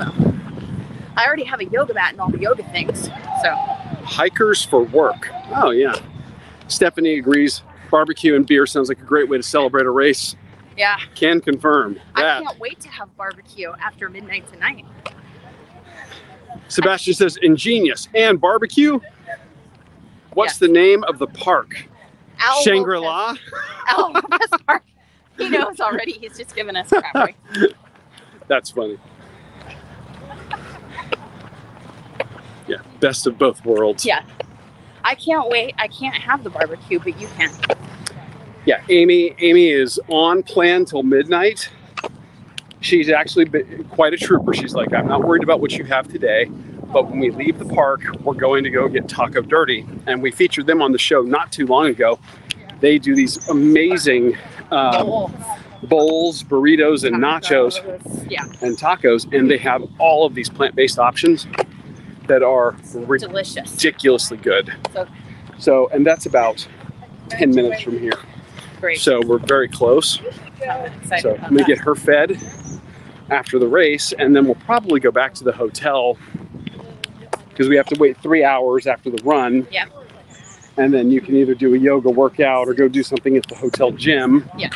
i already have a yoga mat and all the yoga things so Hikers for work. Oh yeah. Stephanie agrees. Barbecue and beer sounds like a great way to celebrate a race. yeah Can confirm i that. can't wait to have barbecue after midnight tonight Sebastian says ingenious and barbecue. What's the name of the park? Al Shangri La. Lopez- *laughs* Al Lopez Park. he knows already he's just giving us crap right? That's funny. Yeah, best of both worlds. yeah i can't wait i can't have the barbecue but you can Yeah, Amy. Amy is on plan till midnight. She's actually been quite a trooper. She's like, I'm not worried about what you have today, but when we leave the park, we're going to go get Taco Dirty, and we featured them on the show not too long ago. They do these amazing uh, bowls, burritos, and nachos yeah and tacos, and they have all of these plant-based options that are delicious ridiculously good. So- So, and that's about 10 minutes from here. great So we're very close. I'm excited So about I'm gonna that. get her fed after the race, and then we'll probably go back to the hotel because we have to wait three hours after the run. Yep. And then you can either do a yoga workout or go do something at the hotel gym. yes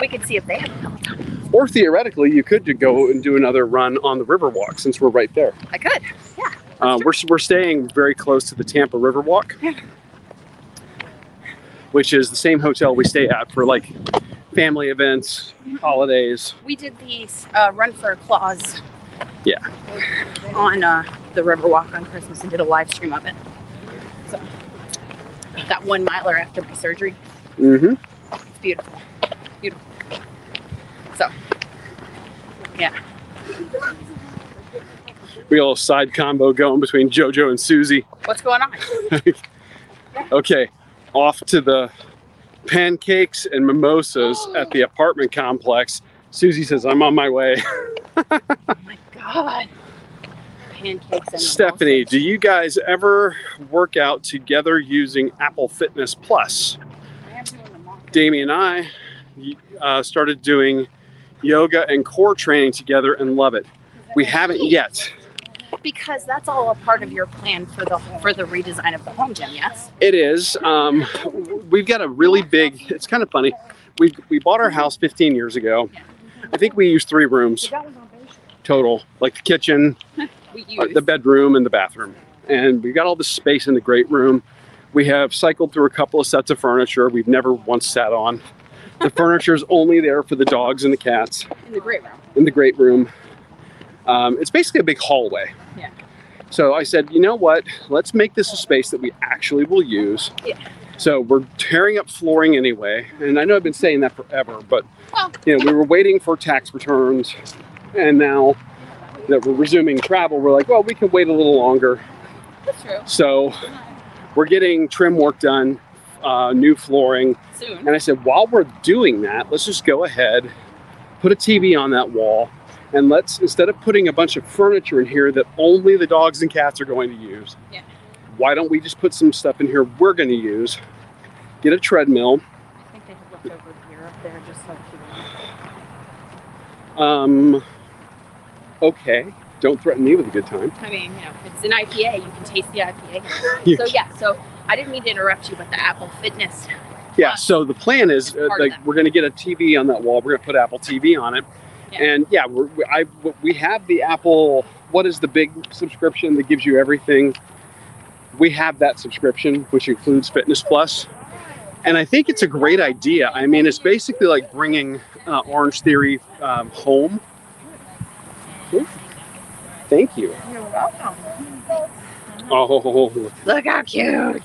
we could see if they have Peloton. Or theoretically, you could go and do another run on the Riverwalk since we're right there. I could. Yeah. Uh, we're, we're staying very close to the Tampa Riverwalk, which is the same hotel we stay at for like family events, holidays. We did the uh, run for applause Yeah. on uh, the Riverwalk on Christmas and did a live stream of it. So that one miler after my surgery. Mm-hmm. It's beautiful. Beautiful. So, yeah. We got a little side combo going between JoJo and Susie. What's going on? Oh okay, off to the pancakes and mimosas at the apartment complex. Susie says, I'm on my way. God. Pancakes and Stephanie, do you guys ever work out together using Apple Fitness Plus? Damien and I uh, started doing yoga and core training together and love it. We haven't yet. because that's all a part of your plan for the for the redesign of the home gym. Yes. It is. Um, we've got a really big. It's kind of funny. We we bought our house 15 years ago. I think we used three rooms total, like the kitchen, We use uh, the bedroom, and the bathroom. And we've got all this space in the great room. We have cycled through a couple of sets of furniture we've never once sat on. The furniture is only there for the dogs and the cats in the great room. in the great room. Um, it's basically a big hallway. Yeah. So I said, you know what? Let's make this a space that we actually will use. Yeah. So we're tearing up flooring anyway, and I know I've been saying that forever, but Well, you know we were waiting for tax returns, and now that we're resuming travel, we're like, well, we can wait a little longer. that's true. So we're getting trim work done, uh, new flooring, Soon. and I said, while we're doing that, let's just go ahead, put a TV on that wall, and let's, instead of putting a bunch of furniture in here that only the dogs and cats are going to use, Yeah. why don't we just put some stuff in here we're going to use? Get a treadmill. I think they have leftover beer up there, just like Um, okay, don't threaten me with a good time. I mean, you know, it's an IPA. You can taste the IPA. *laughs* You- So yeah. So I didn't mean to interrupt you, but the Apple Fitness. yeah, so the plan is uh, part of like that. we're going to get a TV on that wall. We're going to put Apple TV on it. Yeah. And yeah, we're, we, I, we have the Apple, what is the big subscription that gives you everything? We have that subscription, which includes Fitness Plus. And I think it's a great idea. I mean, it's basically like bringing uh, Orange Theory um, home. Thank you. You're welcome. Oh, *laughs* look Look how cute.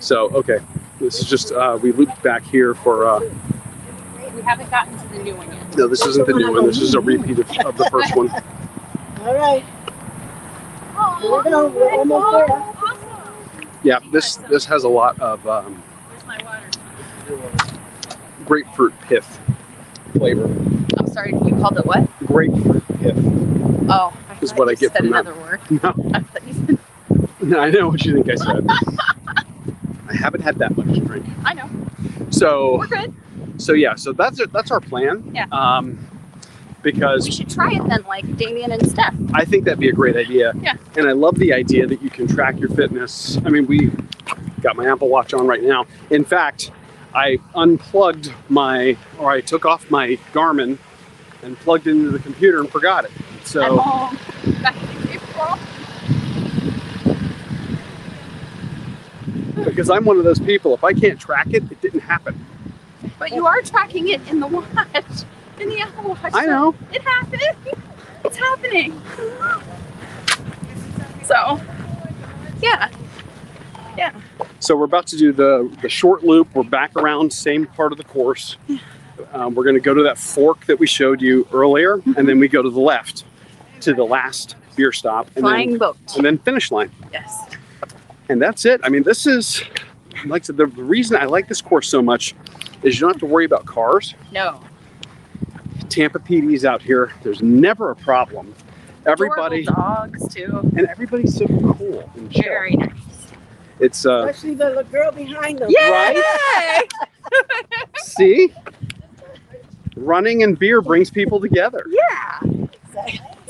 So, okay. This is just, uh, we looped back here for, uh, We haven't gotten to the new one yet. no, this isn't the new one. This is a repeat of, of the first *laughs* one. All right. We're done. We're almost there. Yeah, this, this has a lot of um, Where's my water? grapefruit pith flavor. I'm sorry. You called it what? Grapefruit pith. Oh, I Is thought what I you get said from that. another word. *laughs* No. I thought you *laughs* said- I know what you think I *laughs* said. I haven't had that much to drink. I know. So, We're good. so yeah, so that's it. That's our plan. Yeah. Um, We because should try it then, like Damien and Steph. I think that'd be a great idea. Yeah. And I love the idea that you can track your fitness. I mean, we got my Apple Watch on right now. In fact, I unplugged my, or I took off my Garmin and plugged it into the computer and forgot it. So. At home. Back in April. because I'm one of those people. If I can't track it, it didn't happen. But you are tracking it in the watch, in the Apple Watch. I so know. It happened. It's happening. So, yeah. So we're about to do the the short loop. We're back around same part of the course. Um, we're going to go to that fork that we showed you earlier, and then we go to the left to the last beer stop, and Flying then, boat. and then finish line. Yes. And that's it. I mean, this is like I said, the reason I like this course so much is you don't have to worry about cars. No. Tampa PD's out here. There's never a problem. Everybody Adorable dogs too. and everybody's so cool and chill. Very nice. It's uh, Especially the little girl behind them. Yay! See? Running and beer brings people together. Yeah.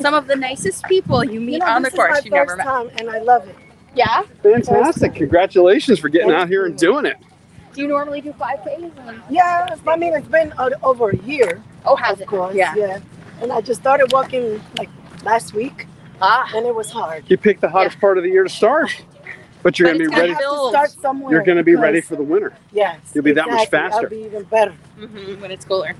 Some of the nicest people you meet You know, on the this course is you my never first met. time, and I love it. Yeah. Fantastic. Congratulations for getting out here and doing it. Do you normally do 5Ks? or- Yeah, I mean, it's been o- over a year. Oh, has it? Of course, Yeah. yeah. And I just started walking like last week, Ah. and it was hard. You picked the hottest part of the year to start, but you're going But to it's be gonna ready. have to start somewhere. You're going to be ready because- for the winter. Yes. You'll be that much exactly. faster. I'll be even better. hmm when it's cooler.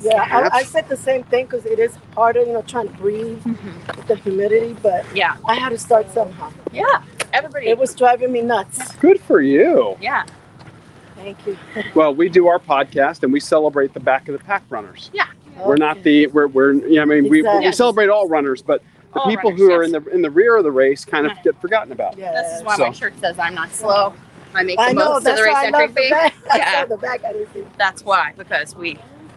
Yeah, I, I Perhaps. said the same thing because it is harder, you know, trying to breathe Mm-hmm. with the humidity, but Yeah. I had to start somehow. Yeah. Everybody. It was driving me nuts. Good for you. Yeah. Thank you. Well, we do our podcast and we celebrate the back of the pack runners. Yeah. We're not the we're we're you know, I mean we, Exactly. we celebrate all runners, but the All people runners, who are yes. in the in the rear of the race kind of get forgotten about. Yeah. This is why So- my shirt says I'm not slow. I make the I know, most of that's the race why I entry love the fee. back. *laughs* I *laughs* Yeah. love the back. I didn't see it. That's why, because we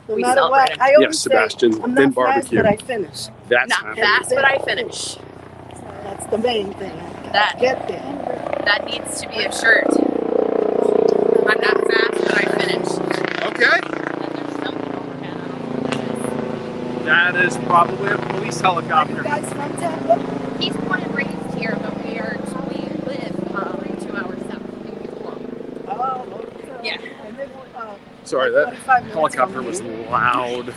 No We matter celebrate what, it. I Yes, always say, Sebastian, I'm then not fast, barbecue. but I finish. That's not fast, but I finish. That's the main thing. I That- get there. That needs to be a shirt. I'm not fast, but I finish. okay. And there's something overhead. I don't know what That is probably a police You helicopter. guys from Tampa? He's born and raised here, but we are we live uh, um, two hours south of Louisville. Oh, okay. Yeah. And then, uh, Sorry, that 45 minutes helicopter from was here. loud.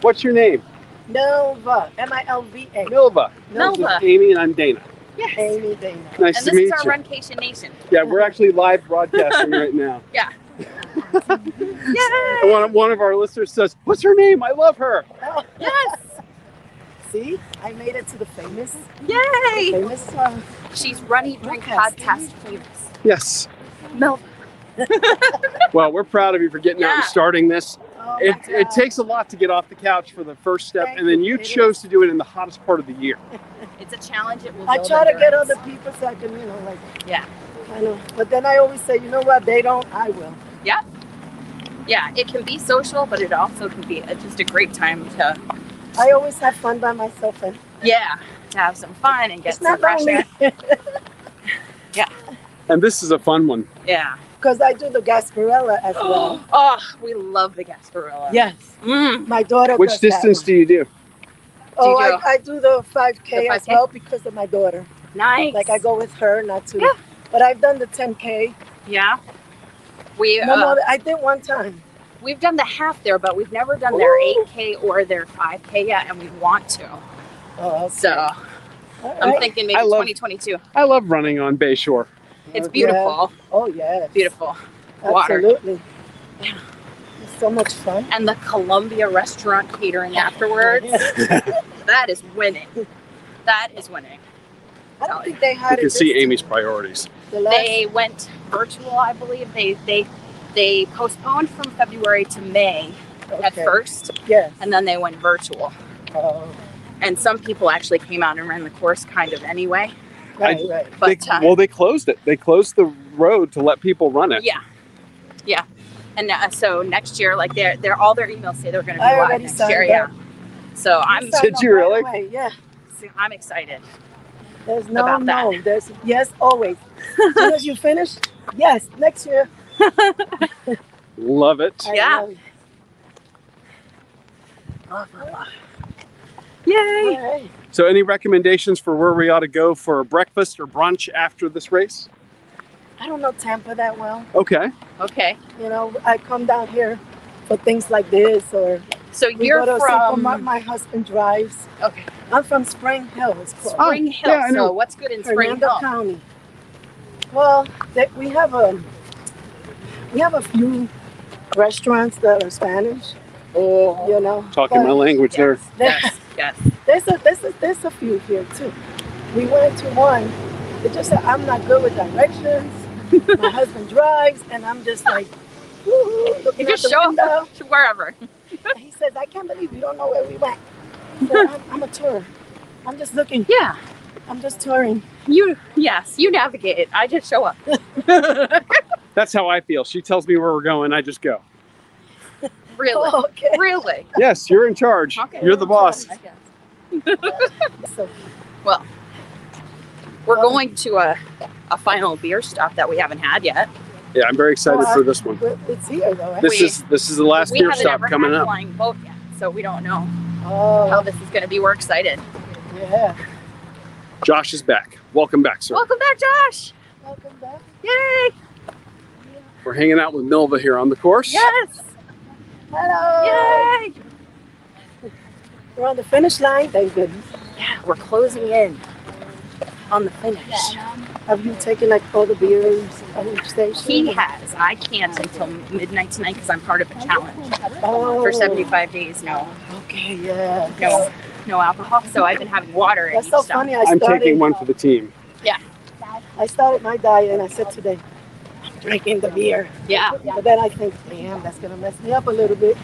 What's your name? Nova. M I L V A. Milva. Milva. This is Amy and I'm Dana. it is. Yes. Amy Dana. Nice And to this meet is our you. Runcation Nation. Yeah, we're actually live broadcasting right *laughs* now. Yeah. And *laughs* One, one of our listeners says, "What's her name? I love her." Oh, Yes. see, I made it to the famous, Yay. famous. Uh, She's running drink Podcast. podcast famous. Yes. Milva. *laughs* Well, we're proud of you for getting out and Yeah. starting this. oh It, my it God. takes a lot to get off the couch for the first step, Thank and then you you. It chose to do it in the hottest part of the year. It's a challenge. It will. I build try to get endurance. other people so I can, you know, like. Yeah. I know, but then I always say, you know what? They don't. I will. Yeah, it can be social, but it also can be a, just a great time to I always have fun by myself, and yeah to have some fun and get it's some not fresh only air. *laughs* And this is a fun one. *gasps* Yeah. because I do the Gasparilla *gasps* as well. Oh, we love the Gasparilla. Yes. Mm. My daughter. Which does that distance one. do you do? Oh, do you I, I do the 5K, The as 5K? well because of my daughter. Nice. Like I go with her, not to. Yeah. But I've done the 10K. Yeah. We No, uh, no, I did one time. we've done the half there, but we've never done their 8K or their 5K yet, and we want to. Oh, okay. So All I'm right. thinking maybe I love- 2022. I love running on Bayshore. It's Yeah. beautiful, Oh yeah. beautiful water, Absolutely. It's so much fun. and the Columbia restaurant catering afterwards. *laughs* That is winning. That is winning. I don't think they You had it. can this see time. Amy's priorities. The last, They went virtual, I believe. They they they postponed from February to May at okay. first, Yes. and then they went virtual. Oh, And some people actually came out and ran the course kind of anyway. right, right. But They- uh, well, they closed it. They closed the road to let people run it. yeah, yeah. And uh, so next year, like they're they're all their emails say they're going to be I live already next signed year. Yeah. up. So I'm Sign Did up you right really? away, Yeah. I'm excited. There's no About that. no. There's yes always. As soon as you finish, yes. Next year. Love it. I Yeah. love it. Yay! All right. So, any recommendations for where we ought to go for breakfast or brunch after this race? I don't know Tampa that well. Okay. Okay, You know, I come down here for things like this, or so we you're go to a supermarket. from My husband drives. okay I'm from Spring Hill. It's called. Spring Hill. Oh, yeah, I know. so what's good in Spring Hernando Hill? County. Well, that we have a we have a few restaurants that are Spanish. Oh, You know, Talking my but language there. there- yes, *laughs* yes. there's a there's a there's a few here too. We went to one. It just said I'm not good with directions. my husband drives, and I'm just like, woo, You looking out just the show window. up to wherever. And he says, I can't believe you don't know where we went. I said, I'm, I'm a tour. I'm just looking. Yeah, I'm just touring. you. Yes, you navigate it. I just show up. That's how I feel. She tells me where we're going, I just go. Really, Oh, *laughs* *laughs* okay. really. Yes, you're in charge. Okay. You're the boss. I *laughs* guess. So, We're going to a, a final beer stop that we haven't had yet. Yeah, I'm very excited for this one. but it's here though. Right? This We- is this is the last we beer haven't stop ever coming had up. flying boat yet, so we don't know how Oh, this is going to be. We're excited. yeah. Josh is back. Welcome back, sir. Welcome back, Josh! Welcome back. Yay! We're hanging out with Milva here on the course. Yes. Oh. Hello. Yay. We're on the finish line. Thank goodness. Yeah, we're closing in on the finish. Have you taken like all the beers on each station? He has. I can't until midnight tonight because I'm part of a challenge Oh. for 75 days. No, Okay, yeah. no, no alcohol. So I've been having water. at That's each so stop. funny. I I'm started. taking one for the team. I started my diet and I said today, I'm drinking the beer. Yeah. But then I think, damn, that's gonna mess me up a little bit.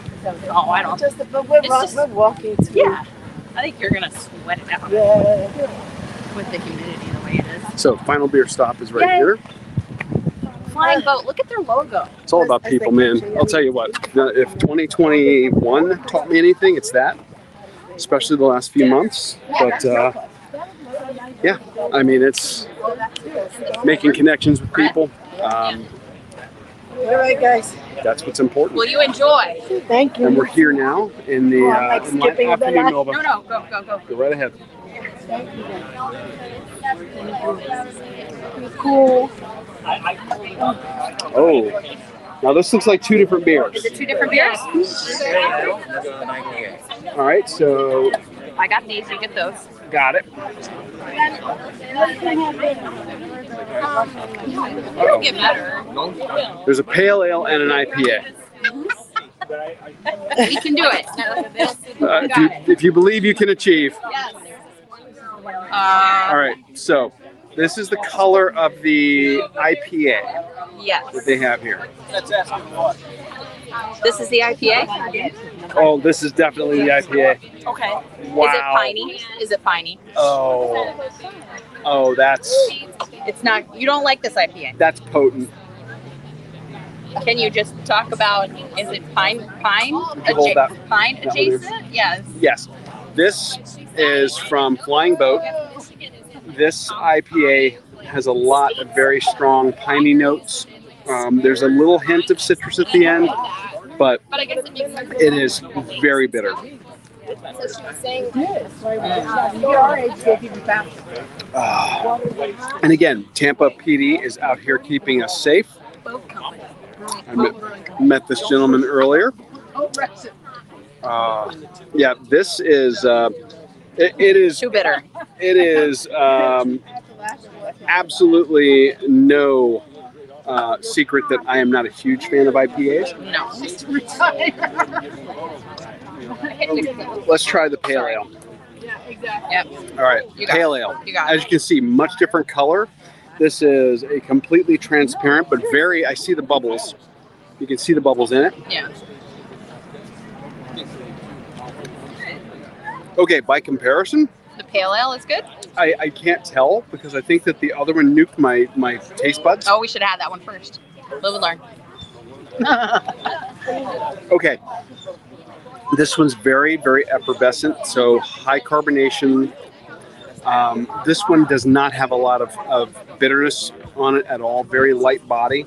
Oh, I don't. Just, but we're, It's wa- just- we're walking too. Yeah. I think you're gonna sweat it out Yeah. with the humidity the way it is. So final beer stop is right Yay. here. Flying boat. Look at their logo. It's all about people, man. I'll tell you what. If 2021 taught me anything, it's that. Especially the last few months. But uh, yeah, I mean, it's making connections with people. Um, All right, guys. that's what's important. Will you enjoy? Thank you. And we're here now in the uh, in line after you, No, Melba. no, go, go, go. Go right ahead. Cool. Oh, now this looks like two different beers. Is it two different beers? All right, so I got these. You get those. got it. It'll get better. There's a pale ale and an IPA. We can do it. *laughs* Uh, if, you, if you believe, you can achieve. Uh, All right, so this is the color of the IPA yes. that they have here. This is the IPA. Oh, this is definitely the IPA. Okay. Is it Wow. piney? Is it piney? Oh, oh, that's It's not. You don't like this IPA. that's potent. Can you just talk about? Is it pine? Pine? hold adja- that- Pine that one there. adjacent? Yes. Yes, this is from Flying Boat. This IPA has a lot of very strong piney notes. Um, there's a little hint of citrus at the end, but it is very bitter. Ah. and again, Tampa PD is out here keeping us safe. I met, met this gentleman earlier. Uh, yeah, this is uh, it, it is Too bitter. it is um, absolutely no uh, secret that I am not a huge fan of IPAs. No. *laughs* Let's try the pale ale. Yep. All right, You got pale ale. You got As it. you can see, much different color. This is a completely transparent, but very. I see the bubbles. You can see the bubbles in it. Yeah. Okay, by comparison, The pale ale is good. I, I can't tell because I think that the other one nuked my my taste buds. Oh, we should have had that one first. Live and learn. Okay. This one's very, very effervescent, so high carbonation. Um, this one does not have a lot of, of bitterness on it at all. Very light body.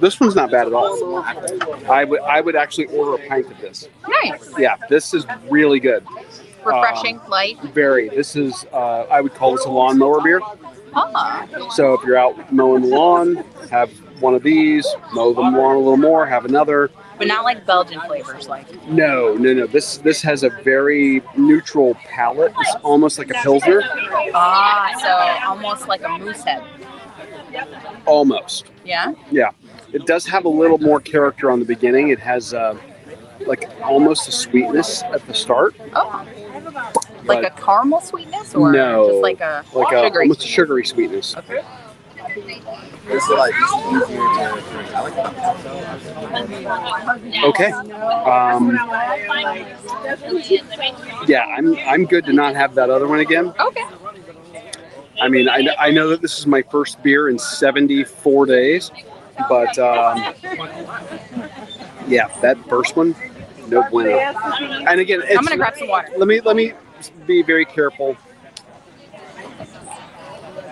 This one's not bad at all. I would I would actually order a pint of this. Nice. Yeah, this is really good. Um, Refreshing, light. Very. This is uh, I would call this a lawnmower beer. Ah. So if you're out mowing the lawn, have one of these, mow the lawn a little more, have another. But not like Belgian flavors, like No, no, no. This this has a very neutral palate. It's almost like a pilsner, ah, so almost like a moose head. almost. Yeah. Yeah, it does have a little more character on the beginning. It has uh, like almost a sweetness at the start, Oh, like a but caramel sweetness or No. just like a like a, sugary almost a sweetness? sugary sweetness. Okay. Okay. Um, yeah, I'm I'm good to not have that other one again. Okay. I mean, I, I know that this is my first beer in 74 days, but um, yeah, that first one, no bueno. And again, it's, I'm gonna grab some water. Let me let me be very careful.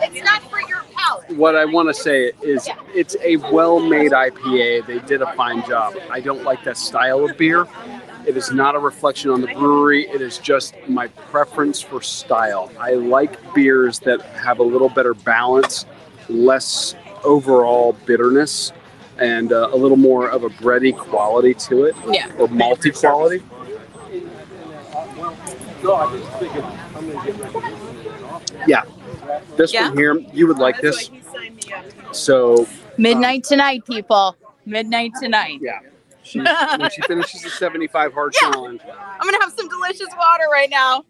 It's not for your palate. What I want to say is, it's a well-made IPA. They did a fine job. I don't like that style of beer, It is not a reflection on the brewery. It is just my preference for style. I like beers that have a little better balance, less overall bitterness, and uh, a little more of a bready quality to it, Yeah. or malty quality. Yeah, this Yeah? one here, you would like this. *laughs* So Midnight Oh. tonight, people. Midnight tonight. Yeah. she, when she finishes the 75 hard challenge, I'm gonna have some delicious water right now.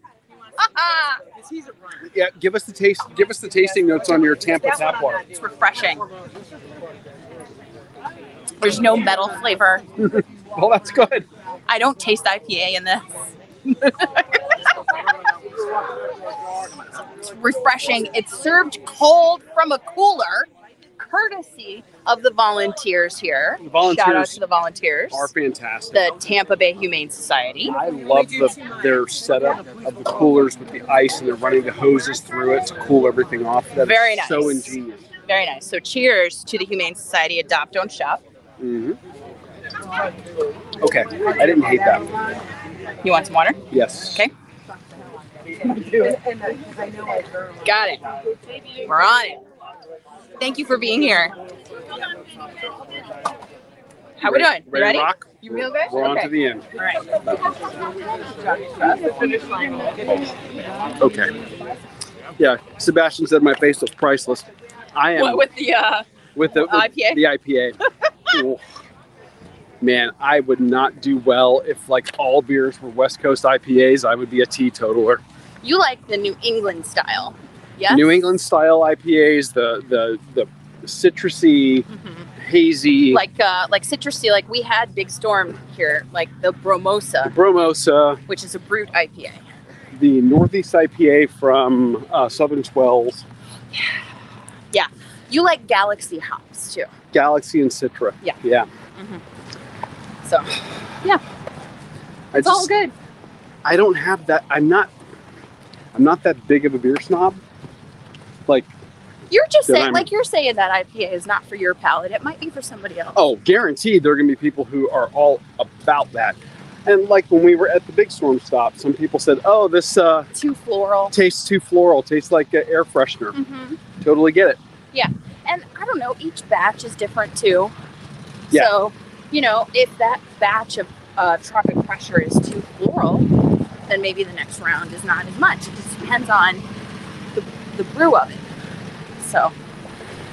*laughs* yeah, give us the taste. Give us the tasting notes on your Tampa tap water. It's refreshing. There's no metal flavor. well, that's good. I don't taste IPA in this. *laughs* it's refreshing. It's served cold from a cooler, courtesy of the volunteers here. The volunteers Shout out to the volunteers. Are fantastic. The Tampa Bay Humane Society. I love the, their setup of the coolers with the ice, and they're running the hoses through it to cool everything off. That is Very nice. So ingenious. Very nice. So cheers to the Humane Society Adopt Don't Shop. hmm Okay, I didn't hate that. You want some water? Yes. Okay. Got it. We're on it. Thank you for being here. How we doing? Ready, ready You to ready? rock? You real good? We're on Okay. to the end. All right. Okay. Yeah, Sebastian said my face was priceless. I am What with the uh, with the with IPA? The *laughs* IPA. Ooh. Man, I would not do well if like all beers were West Coast IPAs. I would be a teetotaler. you like the New England style? Yes. New England style IPAs, the the the citrusy, hazy, Mm-hmm. Like uh, like citrusy. Like we had Big Storm here. Like the Bromosa, Bromosa, which is a brute IPA. the Northeast IPA from uh, Southern Swells, You like Galaxy hops too. Galaxy and Citra. Yeah. Mm-hmm. yeah. So I it's all just good. I don't have that. I'm not. I'm not that big of a beer snob. Like You're just Then saying, I'm- like you're saying that IPA is not for your palate. It might be for somebody else. oh, guaranteed there are going to be people who are all about that. And like when we were at the Big Storm stop, some people said, "Oh, this uh, Too floral. tastes too floral. Tastes like an air freshener." hmm Totally get it. And I don't know. Each batch is different too. Yeah. So you know, if that batch of uh, tropic pressure is too floral, then maybe the next round is not as much. It just depends on the, the brew of it. So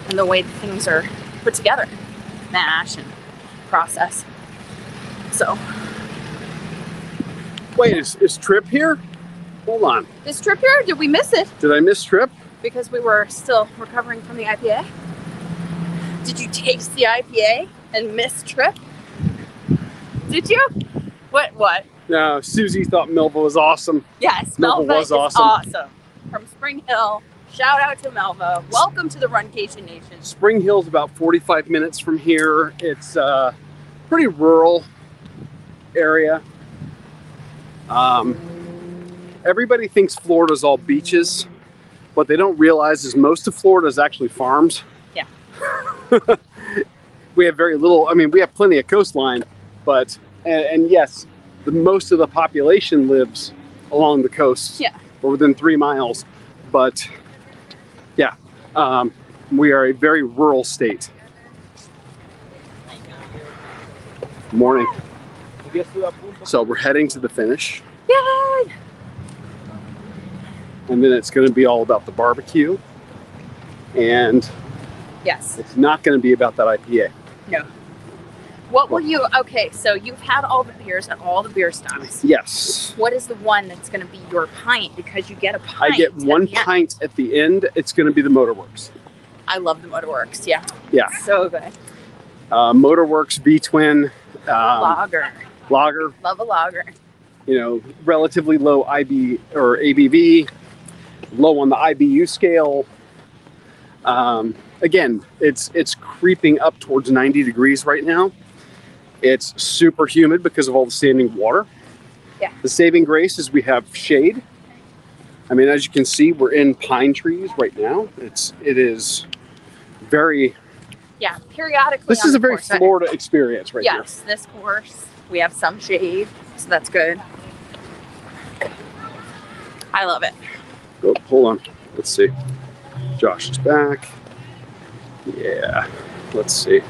and the way that things are put together, mash and process. So Wait, is, is Trip here? Hold on. this trip here, did we miss it? Did I miss Trip? because we were still recovering from the IPA. Did you taste the IPA and miss trip? Did you? What? What? No, Susie thought Melville was awesome. Yes, Melva Melva was is awesome. awesome. From Spring Hill. Shout out to Melva. Welcome to the Runcation Nation. Spring Hill's about 45 minutes from here. It's a pretty rural area. Um, everybody thinks Florida's all beaches. What they don't realize is most of Florida is actually farms. Yeah. *laughs* we have very little, I mean, we have plenty of coastline, but, and, and yes, the most of the population lives along the coast Yeah. or within three miles. But yeah, um, we are a very rural state. Morning. So we're heading to the finish, Yay! and then it's going to be all about the barbecue, and Yes. it's not going to be about that IPA. What will you? Okay, so you've had all the beers at all the beer stops. Yes, What is the one that's going to be your pint? Because you get a pint. I get at one the end. pint at the end. It's going to be the Motorworks. I love the Motorworks. Yeah. Yeah. So good. Uh, Motorworks V Twin um, lager. Lager. Love a lager. You know, relatively low IB or ABV, low on the IBU scale. Um, again, it's it's creeping up towards 90 degrees right now. It's super humid because of all the standing water. Yeah. The saving grace is we have shade. I mean, as you can see, we're in pine trees right now. It's it is very. Yeah, periodically. This on is the a very course, I- Florida experience right yes, this course. We have some shade, so that's good. I love it. Oh, hold on. Let's see. Josh is back. Yeah. Let's see.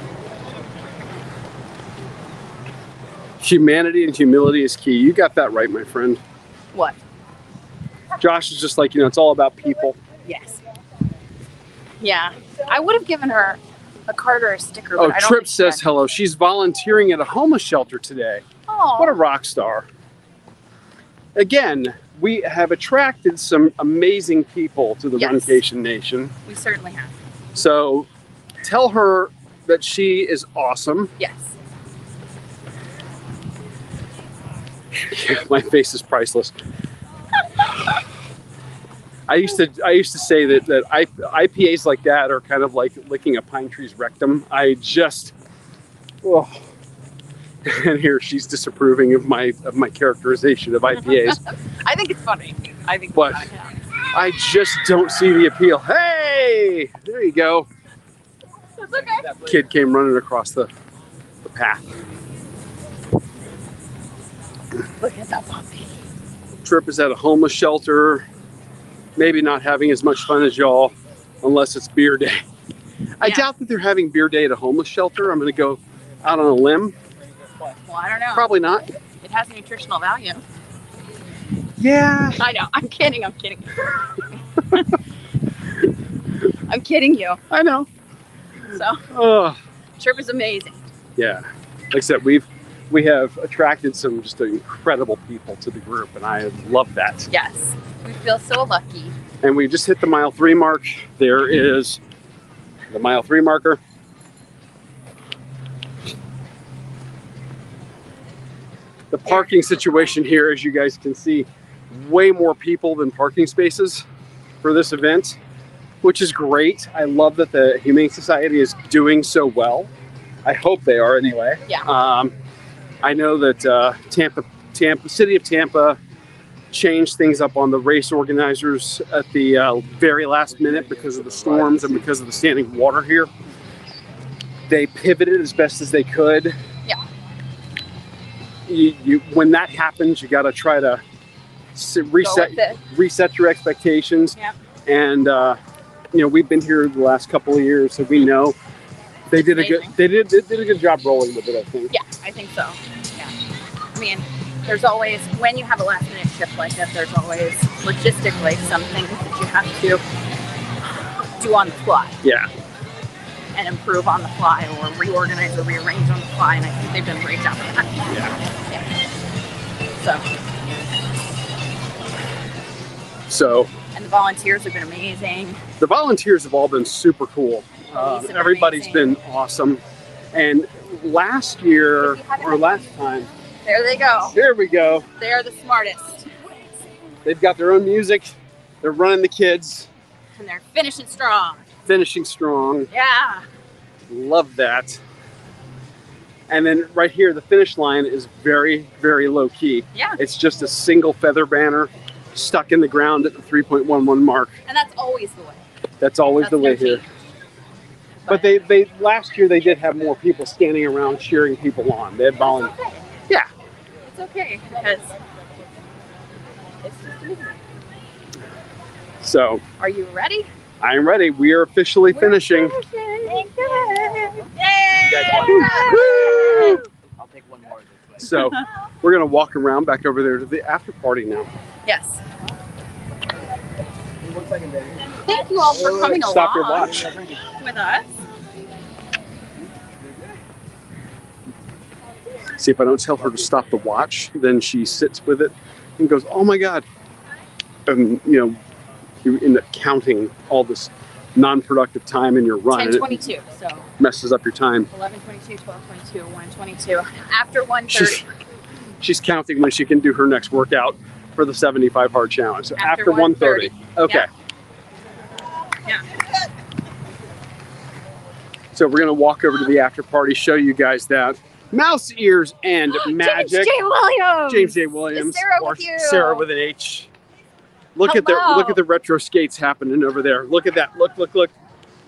Humanity and humility is key. You got that right, my friend. What? Josh is just like, you know, it's all about people. Yes. Yeah. I would have given her a card or a sticker, but Oh, I don't Trip think- says hello. She's volunteering at a homeless shelter today. Aw. What a rock star. Again, we have attracted some amazing people to the Yes. Runcation Nation. we certainly have. So tell her that she is awesome. Yes. *laughs* My face is priceless. I used to I used to say that that I, IPAs like that are kind of like licking a pine tree's rectum. I just oh. *laughs* and here she's disapproving of my of my characterization of IPAs. I think it's funny. I think What? it's funny. I just don't see the appeal. Hey, there you go. It's okay. Kid came running across the, the path. Look at that puppy. Trip is at a homeless shelter, maybe not having as much fun as y'all, unless it's beer day. I doubt that they're having beer day at a homeless shelter. I'm going to go out on a limb. Well, I don't know. Probably not. It has nutritional value. Yeah. I know. I'm kidding. I'm kidding. *laughs* I'm kidding you. I know. So, Oh, Trip is amazing. yeah. Like I said, we've we have attracted some just incredible people to the group, and I love that. Yes. We feel so lucky. and we just hit the mile three mark. There is the mile three marker. The parking situation here, as you guys can see, way more people than parking spaces for this event, which is great. I love that the Humane Society is doing so well. I hope they are anyway. Yeah. Um, I know that uh, Tampa, Tampa, City of Tampa, changed things up on the race organizers at the uh, very last minute because of the storms and because of the standing water here. They pivoted as best as they could. Yeah. You, you, when that happens, you got to try to s- reset with it. reset your expectations. Yep. And uh, you know we've been here the last couple of years, so we know they did a good Amazing. they did, they did a good job rolling with it. I think. Yeah, I think so. Yeah. I mean, there's always, when you have a last minute shift like that, there's always logistically some things that you have to do on the fly Yeah. and improve on the fly or reorganize or rearrange on the fly. And I think they've done a great job of that. Yeah. So So, and the volunteers have been amazing. the volunteers have all been super cool. Uh, Police have everybody's amazing. been awesome. And last year or last time, There they go. here we go. They are the smartest. They've got their own music. They're running the kids, And they're finishing strong. finishing strong. Yeah. Love that. And then right here, the finish line is very, very low key. Yeah. It's just a single feather banner stuck in the ground at the 3.11 mark. And that's always the way. That's always That's the way no here. But they, they last year they did have more people standing around cheering people on. They had volunteers. Yeah. It's okay because it's just amazing. So Are you ready? I am ready. We are officially finishing. Woo! I'll take one more. *laughs* So we're gonna walk around back over there to the after party now. Yes. Thank you all for coming Stop your along watch. with us. See if I don't tell her to stop the watch, then she sits with it and goes, "Oh my god!" And you know, you end up counting all this non-productive time in your run, Ten and twenty-two. So it messes up your time. eleven twenty-two, twelve twenty-two, one twenty-two. After one She's thirty. she's counting when she can do her next workout for the 75 hard challenge. So After after, 1:30. 1:30. Okay. Yeah. Yeah. So we're gonna walk over to the after party, show you guys that mouse ears and *gasps* magic. James J. Williams. James J. Williams. Is Sarah or with you? Sarah with an H. Look at the Hello. look at the retro skates happening over there. Look at that. Look look look.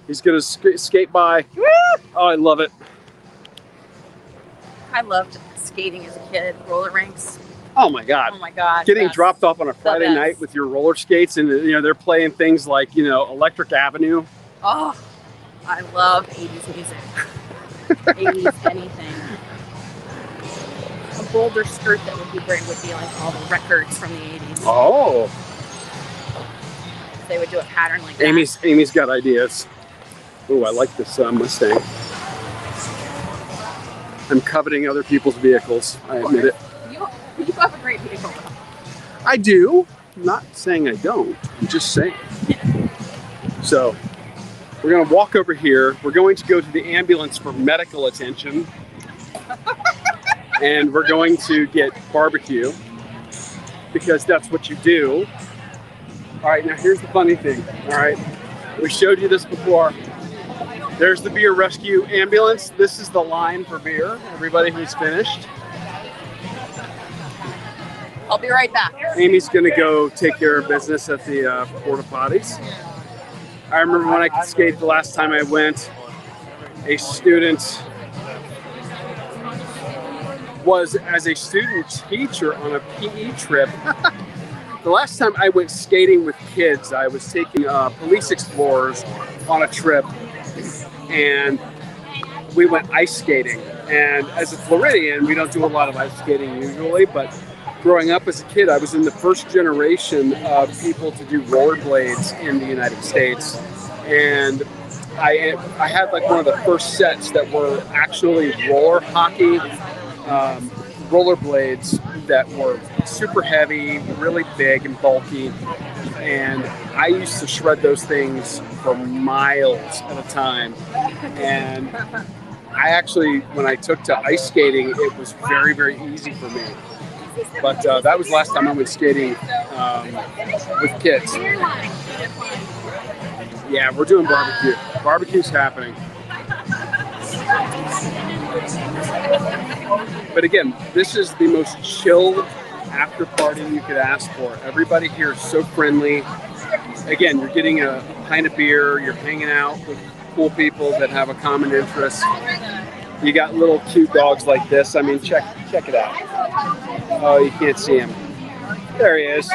He's gonna sk- skate by. Oh, I love it. I loved skating as a kid, roller rinks. Oh my God. Oh my god. Getting yes. dropped off on a Friday best. night with your roller skates, and you know they're playing things like you know Electric Avenue. Oh, I love 80s music. *laughs* 80s anything. A bolder skirt that would be great would be like all the records from the 80s. Oh, They would do a pattern like that. Amy's Amy's got ideas. Oh, I like this uh, Mustang. I'm coveting other people's vehicles. I admit it. You, you have a great vehicle. I do. I'm not saying I don't. I'm just saying. So we're gonna walk over here. We're going to go to the ambulance for medical attention. and we're going to get barbecue because that's what you do. All right, now here's the funny thing. All right, we showed you this before. There's the beer rescue ambulance. This is the line for beer. Everybody who's finished. I'll be right back. Amy's gonna go take care of business at the uh, porta potties. I remember when I could skate the last time I went, a student was as a student teacher on a PE trip. *laughs* the last time I went skating with kids, I was taking uh, police explorers on a trip, and we went ice skating. And as a Floridian, we don't do a lot of ice skating usually, but growing up as a kid, I was in the first generation of people to do rollerblades in the United States, and I I had like one of the first sets that were actually roller hockey um, rollerblades that were super heavy, really big and bulky, and I used to shred those things for miles at a time, and. I actually, when I took to ice skating, it was very, very easy for me. But uh, that was last time I went skating um, with kids. Yeah, we're doing barbecue. Barbecue's happening. But again, this is the most chilled after party you could ask for. Everybody here is so friendly. Again, you're getting a pint of beer, you're hanging out with cool people that have a common interest. You got little cute dogs like this. I mean, check check it out. Oh, you can't see him. There he is.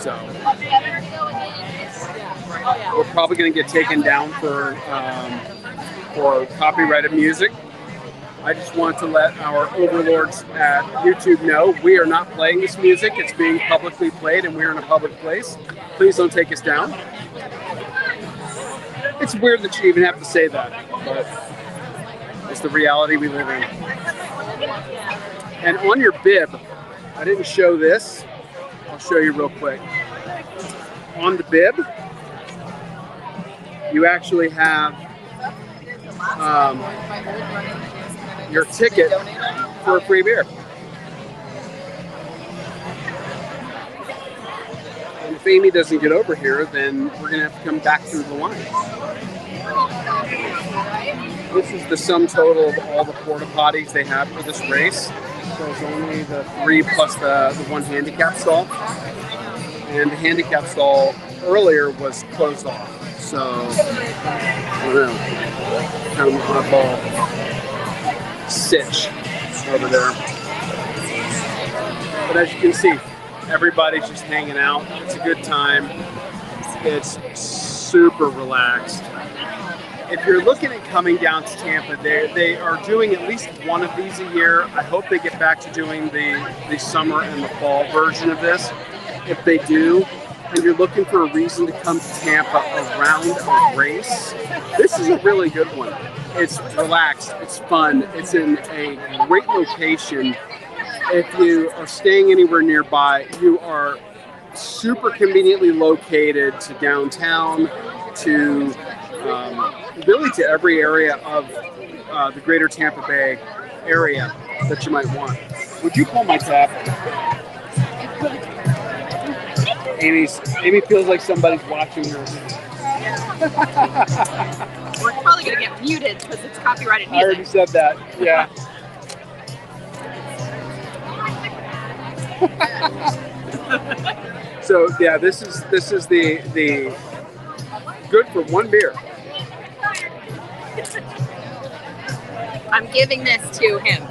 So we're probably going to get taken down for um, for copyrighted music. I just want to let our overlords at YouTube know we are not playing this music. It's being publicly played, and we're in a public place. Please don't take us down. It's weird that you even have to say that, but it's the reality we live in. And on your bib, I didn't show this. I'll show you real quick. On the bib, you actually have um, your ticket for a free beer. And if Amy doesn't get over here, then we're going to have to come back through the line. This is the sum total of all the porta potties they have for this race. There's only the three plus the, the one handicap stall. And the handicap stall earlier was closed off. So, I don't know. Kind of an oddball sitch over there. But as you can see, everybody's just hanging out. It's a good time. It's super relaxed if you're looking at coming down to Tampa, they they are doing at least one of these a year. I hope they get back to doing the the summer and the fall version of this. If they do, and you're looking for a reason to come to Tampa around a race, this is a really good one. It's relaxed, it's fun, it's in a great location. If you are staying anywhere nearby, you are super conveniently located to downtown, to um, really to every area of uh, the greater Tampa Bay area that you might want. Would you pull my tab? Amy's, Amy feels like somebody's watching her. We're probably gonna get muted because it's copyrighted I already said music. that. Yeah. *laughs* so yeah, this is this is the the good for one beer. I'm giving this to him.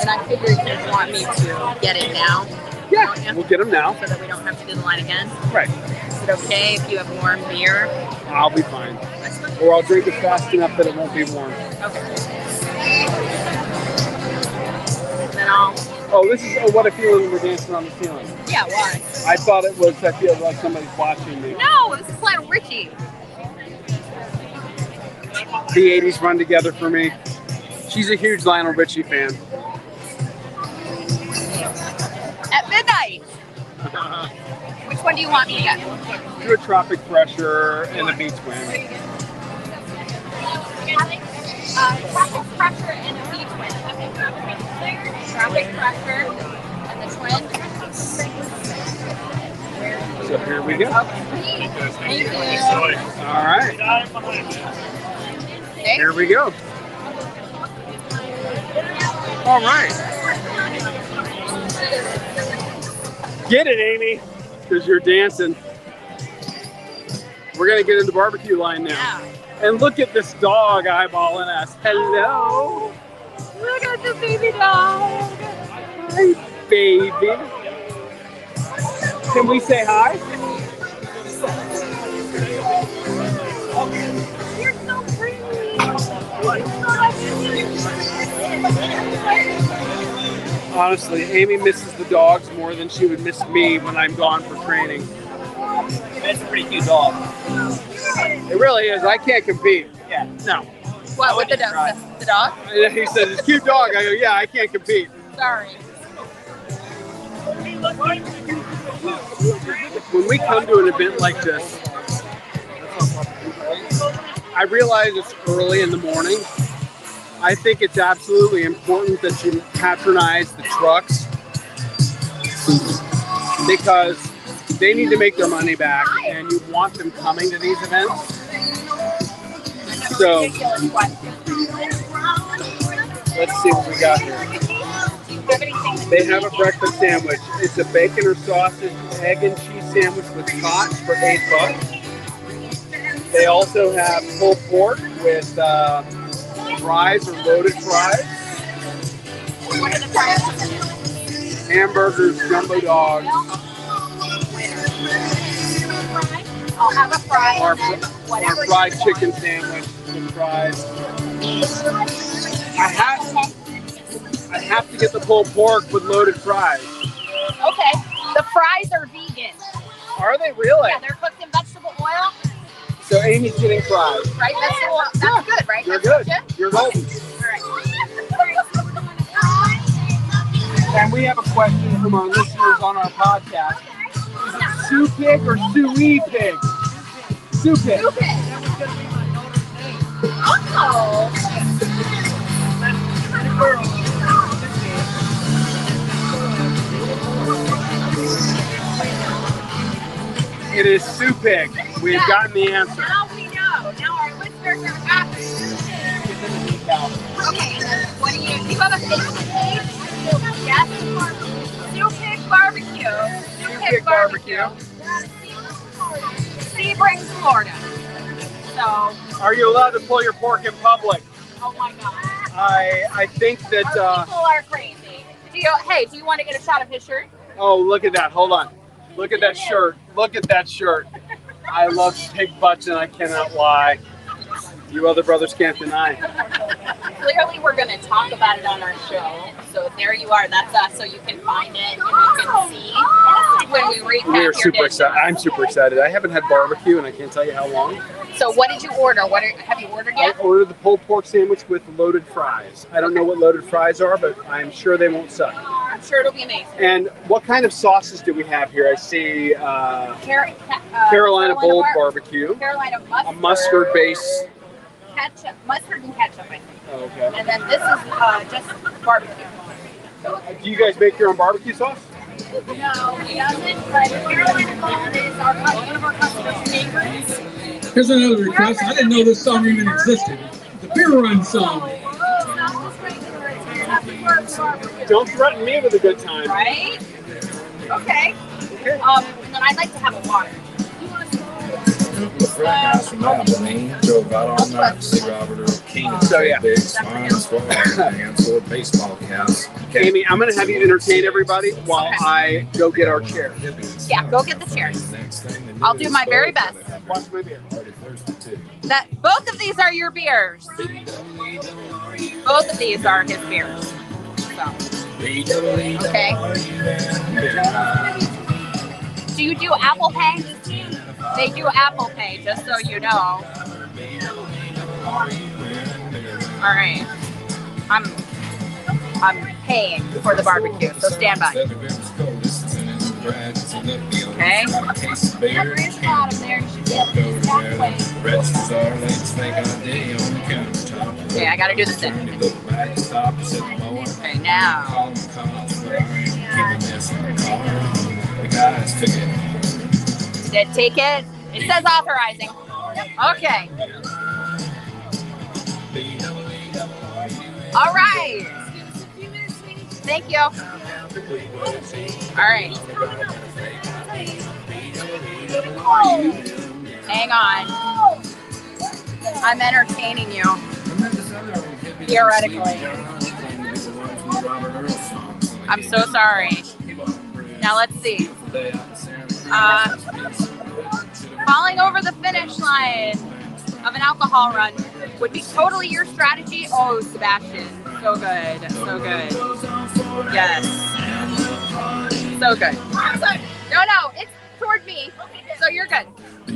And I figured you'd want me to get it now. Yeah. We'll get them now. So that we don't have to do the line again. Right. Is it okay if you have warm beer? I'll be fine. Or I'll drink it fast enough that it won't be warm. Then I'll. Oh, this is oh, what a feeling we're dancing on the ceiling. Yeah, why? I thought it was I feel like somebody's watching me. No, this is Lionel Richie. The 80s run together for me. She's a huge Lionel Richie fan. *laughs* At midnight. Which one do you want me to get? Through tropic pressure and the beach wind. Uh, traffic pressure and a V twin. Okay, traffic pressure and the twin. So here we go. Thank you. All right. Here we go. All right. Get it, Amy, because you're dancing. We're gonna get in the barbecue line now. And look at this dog eyeballing us. Hello, Look at the baby dog. baby. Can we say hi? You're so pretty. You're so Honestly, Amy misses the dogs more than she would miss me when I'm gone for training. That's a pretty cute dog. It really is. I can't compete. Yeah. No. What with the dog? The dog? He says, it's a cute dog. I go, yeah, I can't compete. Sorry. When we come to an event like this, I realize it's early in the morning. I think it's absolutely important that you patronize the trucks because they need to make their money back and you want them coming to these events. So let's see what we got here. They have a breakfast sandwich. It's a bacon or sausage, egg and cheese sandwich with tots for eight bucks. They also have pulled pork with uh, fries or loaded fries, hamburgers, jumbo dogs, I'll have a fry. or, and then or whatever fried you want. chicken sandwich with fries. I have I have to get the pulled pork with loaded fries. Okay. The fries are vegan. Are they really? Yeah, they're cooked in vegetable oil, So Amy's getting fries. right? Vegetable oil. That's good, right? You're That's good. You're golden. And we have a question from our listeners on our podcast. Sue pig or Suey pig? Sue pig. It is Sue pig. We've gotten the answer. Now we know. Now our listeners are happy. Okay, and then what do you, do you have a Facebook page? Yes. New Pig Barbecue. New Pig Barbecue. Sebring, Florida. So, Are you allowed to pull your pork in public? oh my God. I I think that. Our Uh, people are crazy. Do you, hey, do you want to get a shot of his shirt? oh, look at that. Hold on. Look at that shirt. Look at that shirt. I love pig butts and I cannot lie. You other brothers can't deny. Clearly, we're going to talk about it on our show. So there you are. That's us. So you can find it and you can see when we recap Oh, We are your super dish. excited. I'm super excited. I haven't had barbecue and I can't tell you how long. So what did you order? What are, have you ordered I yet? Uh, ordered the pulled pork sandwich with loaded fries. I don't know what loaded fries are, but I'm sure they won't suck. I'm sure it'll be amazing. And what kind of sauces do we have here? I see uh, Car- ca- uh, Carolina Bold bar- barbecue, Carolina a mustard. mustard base. Ketchup. Mustard and ketchup, I think. Okay. And then this is uh, just barbecue. Do you guys make your own barbecue sauce? No, he doesn't, but Carolina Bond is our, uh, one of our customers' favorites. Here's another request. I didn't know this song even existed. The beer run Oh, song. Don't threaten me with a good time. Right? Okay. Um, and then I'd like to have a water. drove out on that, see Robert Earl King, So, yeah. big spine squad, dance with baseball caps. Amy, I'm going to have you entertain everybody while I go get our chair. Yeah, go get the chair. I'll do my very best. Watch my beer. That both of these are your beers. Both of these are his beers. Okay. Do you do Apple Pay? They do Apple Pay, just so you know. All right. I'm I'm paying for the barbecue, so stand by. Okay. Okay, I gotta do this thing. Okay, now. Did it take it? It says authorizing. Okay. All right. Thank you. All right. Hang on. I'm entertaining you. Theoretically. I'm so sorry. Now let's see. Uh, falling over the finish line of an alcohol run would be totally your strategy. Oh, Sebastian. So good. So good. Yes. So good. No, no, it's toward me. So you're good. *laughs*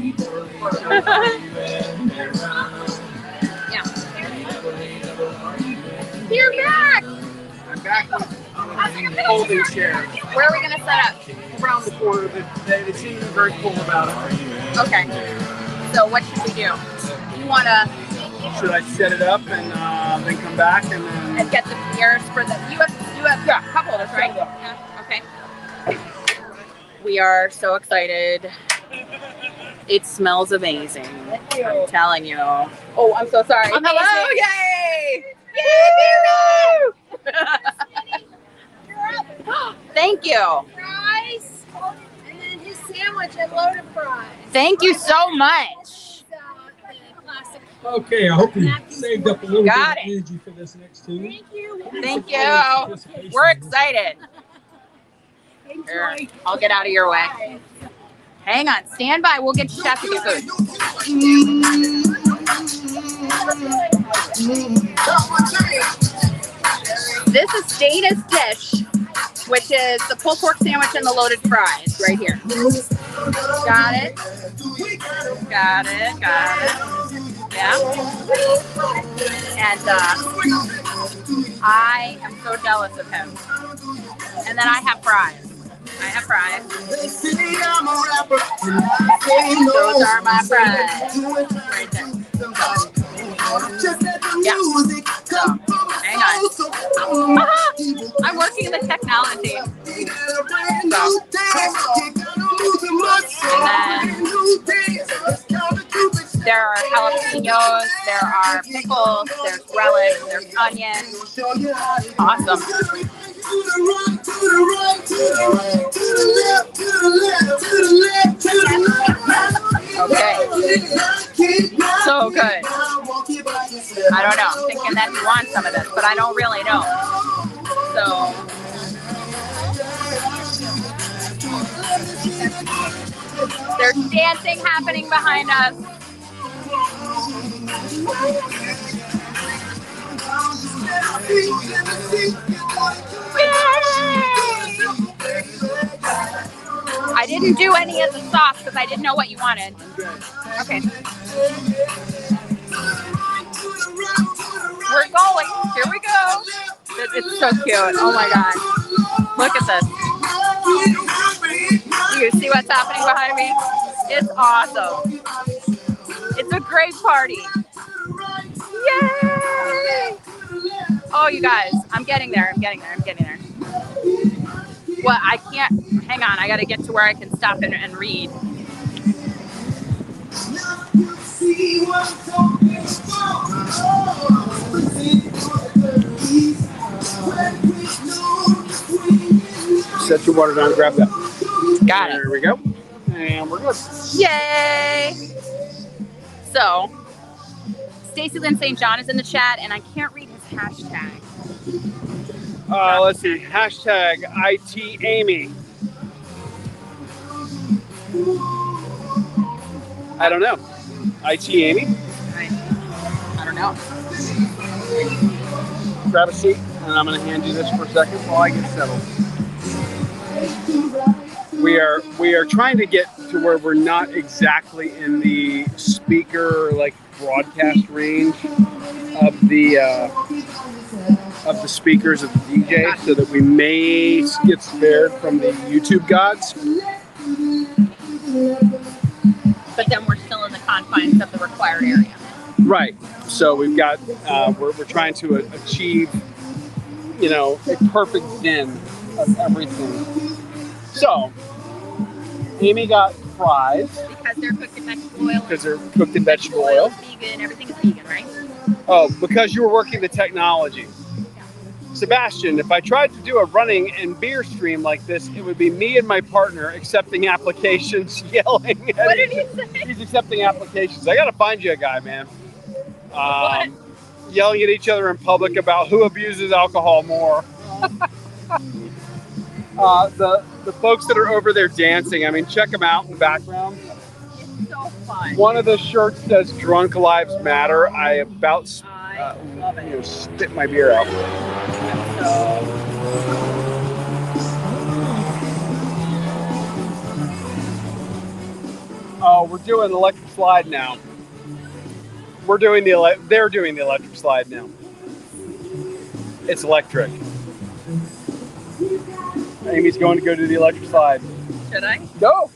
yeah. You're back. I'm back with the folding chair. Where are we gonna set up? Around the corner, they, they, they seem very cool about it. Okay. So what should we do? You wanna Should I set it up and uh, then come back and then? and get the beers for the you have you have yeah, cup holders, right? Yeah. Okay. We are so excited. It smells amazing. I'm telling you. Oh, I'm so sorry. hello, Amazing. yay! Yay! *laughs* Thank you. Fries, and then his sandwich and loaded fries. Thank you so much. Okay, I hope you saved up a little Got bit of energy for this next tune. Thank you. We're excited. Here, I'll get out of your way. Hang on, stand by. We'll get chef to get food. This is Dana's dish, which is the pulled pork sandwich and the loaded fries right here. Got it. Got it. Got it. Yeah. And uh, I am so jealous of him. And then I have fries. I have fries. Those are my fries. Right there. Yeah. So, hang on. *laughs* I'm working the technology. So. There are jalapenos, there are pickles, there's relish, there's onions. Awesome. Okay. So good. I don't know. I'm thinking that you want some of this, but I don't really know. So. There's dancing happening behind us. I didn't do any of the sauce because I didn't know what you wanted. Okay. We're going. Here we go. It- It's so cute. Oh my god. Look at this. Do you see what's happening behind me? It's awesome. It's a great party. Yay! Oh, you guys, I'm getting there. I'm getting there. I'm getting there. Well, I can't. Hang on. I got to get to where I can stop and, and read. Set your water down, grab that. Got it. There we go. And we're good. Yay! So, Stacy Lynn St. John is in the chat, and I can't read his hashtag. Uh, let's see. Hashtag IT Amy. I don't know. IT Amy. I don't know. Grab a seat, and I'm going to hand you this for a second while I get settled. We are we are trying to get to where we're not exactly in the speaker like broadcast range of the uh, of the speakers of the DJ, so that we may get spared from the YouTube gods. But then we're still in the confines of the required area. Right. So we've got uh, we're, we're trying to a- achieve, you know, a perfect zen of everything. So Amy got fries Because they're cooked in vegetable oil, because they're cooked in vegetable oil. vegan, everything is vegan, right? Oh, because you were working the technology. Sebastian, if I tried to do a running and beer stream like this, it would be me and my partner accepting applications, *laughs* yelling. At What did he say? He's accepting applications. I got to find you a guy, man. Um, yelling at each other in public about who abuses alcohol *laughs* more. uh, the the folks that are over there dancing, I mean, check them out in the background. So fun. One of the shirts says "Drunk Lives Matter." I about sp- uh, you know, spit my beer out. Oh, we're doing electric slide now. We're doing the ele- they're doing the electric slide now. It's electric. Amy's going to go do the electric slide. Should I? Go.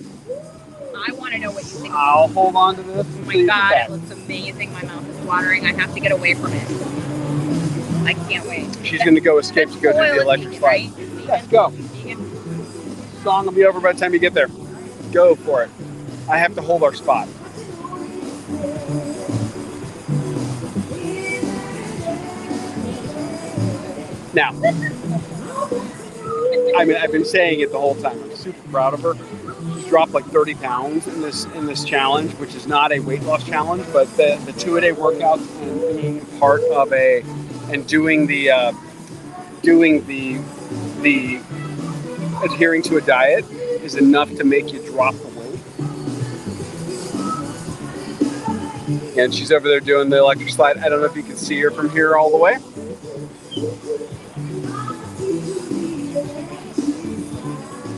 I want to know what you think. I'll hold on to this. Oh my god, it looks amazing. My mouth is watering. I have to get away from it. I can't wait. She's going to go escape to go do Oil the is electric vegan, slide. right? Yes, go. Song will be over by the time you get there. Go for it. I have to hold our spot. Now, I mean, I've been saying it the whole time. I'm super proud of her. She's dropped like 30 pounds in this in this challenge, which is not a weight loss challenge, but the, the two a day workouts and being part of a and doing the uh, doing the the adhering to a diet is enough to make you drop the weight. And she's over there doing the electric slide. I don't know if you can see her from here all the way.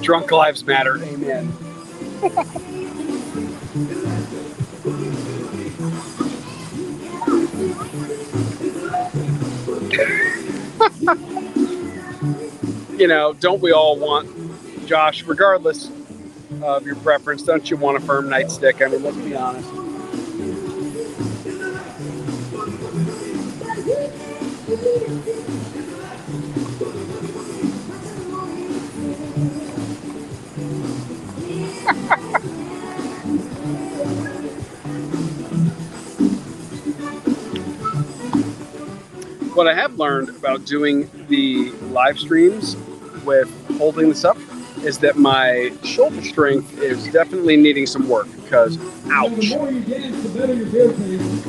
Drunk lives matter. Amen. you know, don't we all want, Josh, regardless of your preference, don't you want a firm nightstick? I mean, let's be honest. What I have learned about doing the live streams with holding this up is that my shoulder strength is definitely needing some work because, ouch. The more you dance, the better your beer tastes.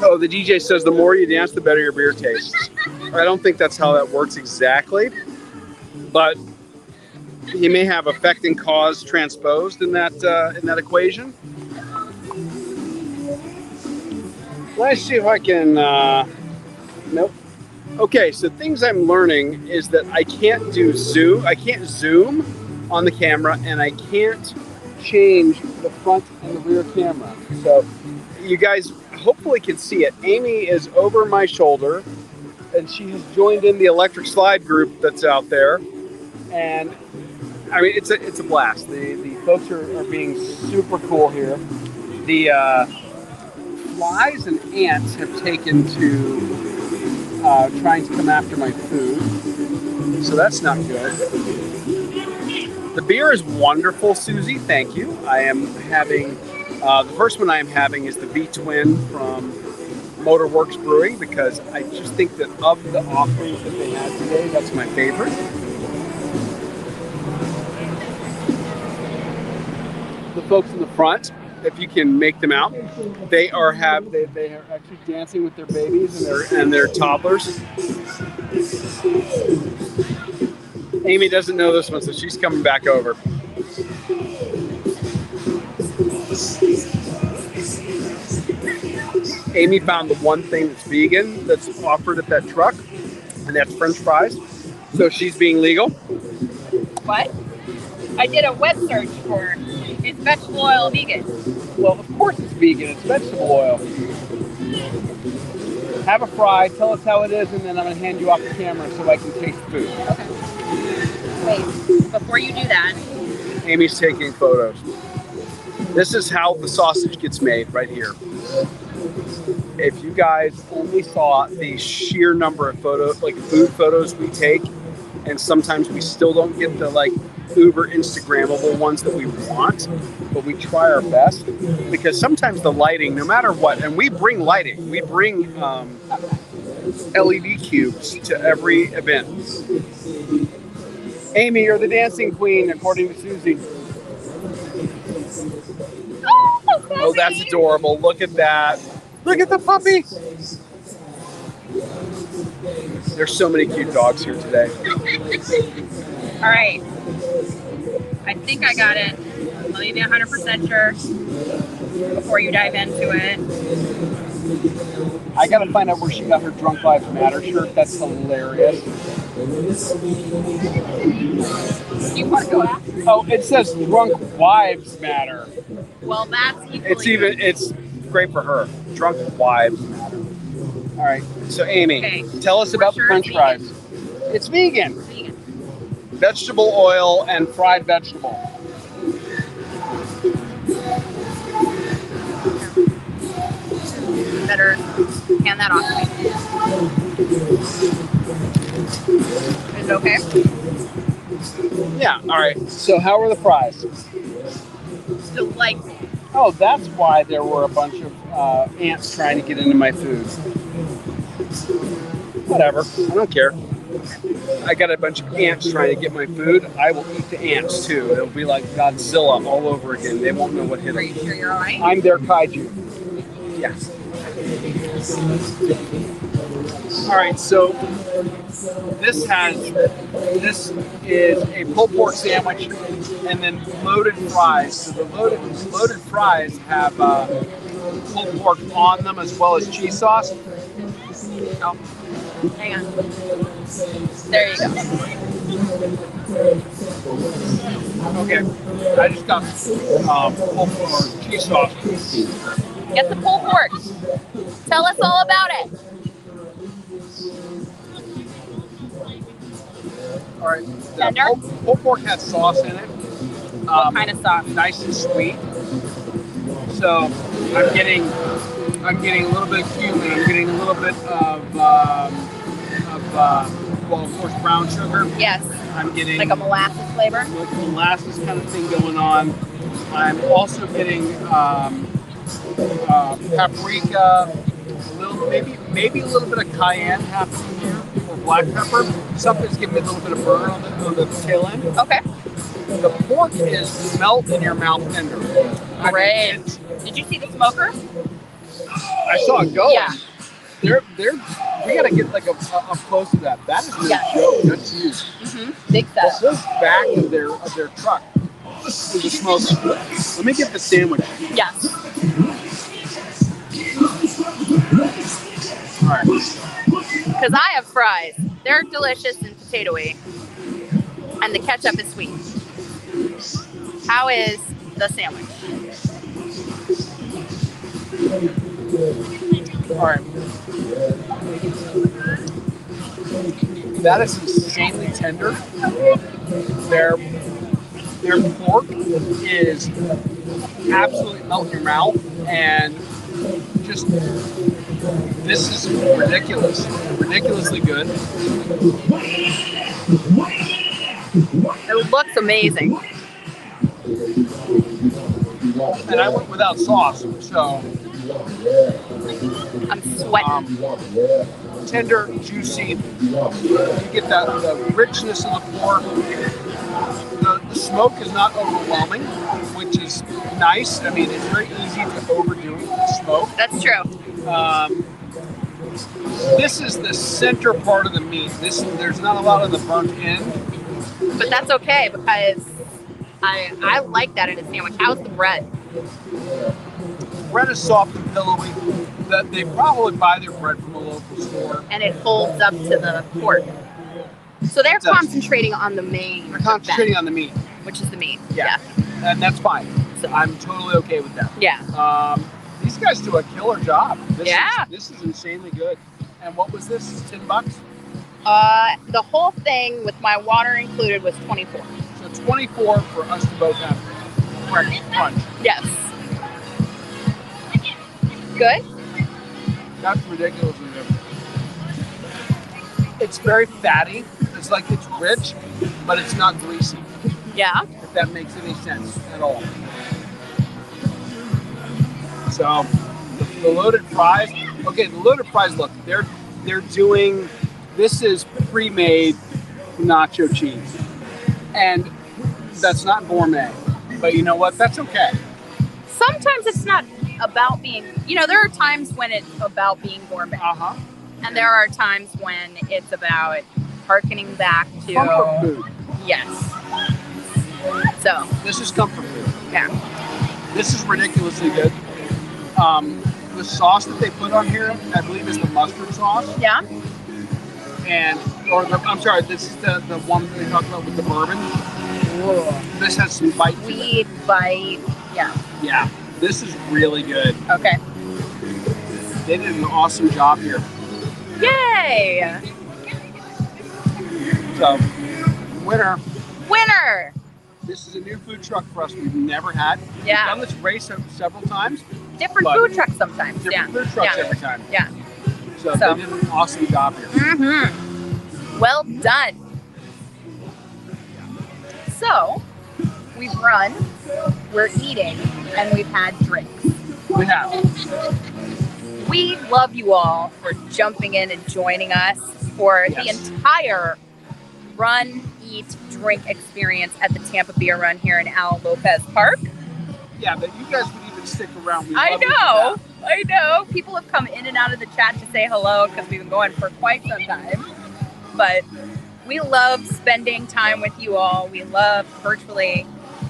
Oh, the DJ says the more you dance, the better your beer tastes. I don't think that's how that works exactly, but he may have effect and cause transposed in that uh, in that equation. Let's see if I can. Uh, nope. Okay, so things I'm learning is that I can't do zoom. I can't zoom on the camera, and I can't change the front and the rear camera. So you guys hopefully can see it. Amy is over my shoulder, and she has joined in the electric slide group that's out there. And I mean, it's a it's a blast. The the folks are, are being super cool here. The uh, flies and ants have taken to uh, trying to come after my food, so that's not good. The beer is wonderful, Susie. Thank you. I am having uh, the first one I am having is the V Twin from Motorworks Brewing because I just think that of the offerings that they had today, that's my favorite. The folks in the front if you can make them out. They are have they, they are actually dancing with their babies and their and their toddlers. Amy doesn't know this one, so she's coming back over. Amy found the one thing that's vegan that's offered at that truck, and that's French fries. So she's being legal. What? I did a web search for it's vegetable oil vegan. Well, of course it's vegan. It's vegetable oil. Have a fry. Tell us how it is, and then I'm gonna hand you off the camera so I can taste food. Wait, before you do that, Amy's taking photos. This is how the sausage gets made right here. If you guys only saw the sheer number of photos, like food photos we take, and sometimes we still don't get the like uber Instagrammable ones that we want, but we try our best because sometimes the lighting, no matter what, and we bring lighting, we bring um, LED cubes to every event. Amy, you're the dancing queen, according to Susie. Oh, that's adorable. Look at that. Look at the puppy. There's so many cute dogs here today. all right. I think I got it. I'm maybe 100% sure before you dive into it. I gotta find out where she got her Drunk Lives Matter shirt. That's hilarious. You want to go after? Oh, it says Drunk Wives Matter. Well, that's equally It's even it's great for her. Drunk Wives Matter. All right. So Amy, Okay. tell us about the French fries. It's vegan. Vegetable oil and fried vegetable. better. Hand that off to me. Is it okay? Yeah. All right. So how were the fries? Delightful. Oh, that's why there were a bunch of uh, ants trying to get into my food. Whatever. I don't care. I got a bunch of ants trying to get my food. I will eat the ants too. It'll be like Godzilla all over again. They won't know what hit Are you them. sure you're all right? I'm their kaiju. Yes. All right. So this has this is a pulled pork sandwich and then loaded fries. So the loaded loaded fries have uh, pulled pork on them as well as cheese sauce. Oh, Hang on. There you go. okay, I just got um, pulled pork cheese sauce. Get the pulled pork. Tell us all about it. All right, the pulled, pulled pork has sauce in it. Um, kind of sauce? Nice and sweet. So I'm getting I'm getting a little bit of cumin. I'm getting a little bit of um, of uh, well, of course, brown sugar. Yes. I'm getting Like a molasses flavor. like molasses kind of thing going on. I'm also getting um, uh, paprika, a little maybe maybe a little bit of cayenne happening here, or black pepper. Something's giving me a little bit of burn on the, on the tail end. Okay. The pork is melt in your mouth tender. I mean, Great. it's- Did you see the smoker? I saw it go. Yeah. They're, they're, we gotta get like a, a- up close to that. That is no Yeah. joke. That's huge. Mm-hmm. Big The stuff. whole back of their of their truck is a smoke. Let me get the sandwich. Yes. All right. Because I have fries. They're delicious and potatoey. And the ketchup is sweet. How is the sandwich? All right. That is insanely tender. Their their pork is absolutely melt in your mouth and just this is ridiculous, ridiculously good. It looks amazing. And I went without sauce, so um, I'm sweating. tender, juicy. You get that the richness of the pork, the the, the smoke is not overwhelming, which is nice. I mean, it's very easy to overdo it with smoke. That's true. Um, this is the center part of the meat. This there's not a lot of the burnt end. But that's okay because I I like that in a sandwich. How's the bread? Bread is soft and pillowy. That they probably buy their bread from a local store. And it holds up to the pork. So they're Does. concentrating on the main. They're concentrating on the meat. Which is the meat. Yeah. And that's fine. I'm totally okay with that. Yeah. Um, these guys do a killer job. This Yeah. Is, this is insanely good. And what was this? It's Ten bucks. Uh, the whole thing with my water included was 24. So 24 for us to both have correct lunch. Yes. Good? That's ridiculous. It's very fatty. It's like it's rich, but it's not greasy. Yeah. If that makes any sense at all. So the, the loaded fries. Okay, the loaded fries. Look, they're they're doing. This is pre-made nacho cheese, and that's not gourmet. But you know what? That's okay. Sometimes it's not about being, you know, there are times when it's about being gourmet. Uh-huh. And there are times when it's about harkening back Comfort to. food. Yes. So, This is comfort food. yeah. This is ridiculously good. Um, the sauce that they put on here, I believe, is the mustard sauce, Yeah. and or the, I'm sorry, this is the, the one that they talked about with the bourbon. This has some bite. to it. Weed, bite. Yeah. Yeah, this is really good. Okay. They did an awesome job here. Yay! So, winner. Winner! This is a new food truck for us we've never had. Yeah. We've done this race se- several times. Different But- food trucks sometimes. Different yeah. food trucks yeah. every time. Yeah. So, So- they did an awesome job here. Mm-hmm. Well done. So, we've run, we're eating, and we've had drinks. We have. We love you all for jumping in and joining us for Yes. the entire run, eat, drink experience at the Tampa Beer Run here in Al Lopez Park. Yeah, but you guys would even stick around. We I love you for know. that. I know. People have come in and out of the chat to say hello because we've been going for quite some time. But we love spending time with you all. We love virtually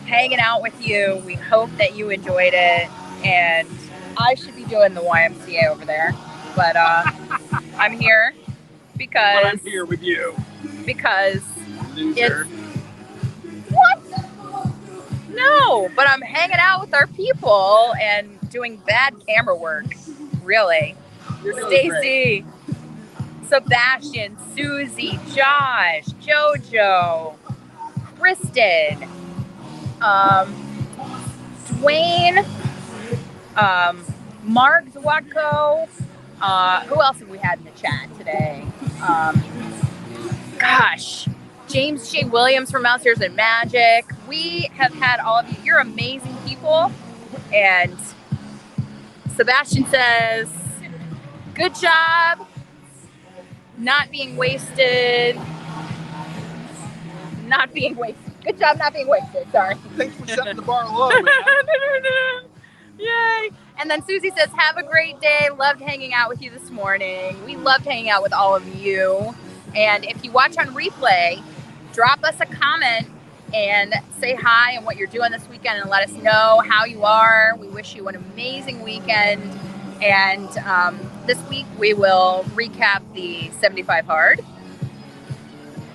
hanging out with you. We hope that you enjoyed it. And I should be doing the YMCA over there. But uh, *laughs* I'm here But because I'm here with you. because Loser. what? No, but I'm hanging out with our people and doing bad camera work. Really. You're doing Stacy, Sebastian, Susie, Josh, JoJo, Kristen, um, Dwayne, um, Mark Zwatko. Uh, who else have we had in the chat today? Um, gosh, James J. Williams from Mountaineers and Magic. We have had all of you. You're amazing people. And Sebastian says, good job not being wasted. Not being wasted. Good job not being wasted. Sorry. Thanks for setting the bar low, man. *laughs* Yay. And then Susie says, Have a great day. Loved hanging out with you this morning. We loved hanging out with all of you. And if you watch on replay, drop us a comment and say hi and what you're doing this weekend and let us know how you are. We wish you an amazing weekend. And um, this week we will recap the 75 hard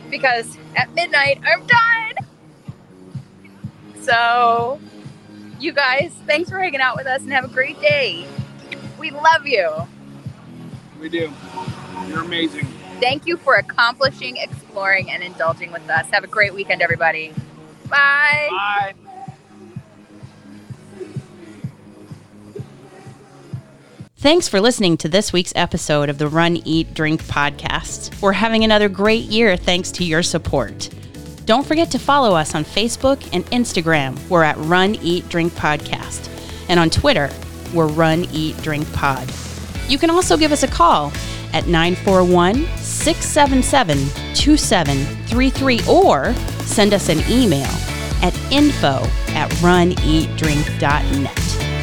because at midnight I'm done. So, you guys, thanks for hanging out with us and have a great day. We love you. We do. You're amazing. Thank you for accomplishing, exploring, and indulging with us. Have a great weekend, everybody. Bye. Bye. Thanks for listening to this week's episode of the Run, Eat, Drink podcast. We're having another great year thanks to your support. Don't forget to follow us on Facebook and Instagram. We're at Run, Eat, Drink Podcast. And on Twitter, we're Run, Eat, Drink Pod. You can also give us a call at 941 677 2733 or send us an email at info at runeatdrink.net.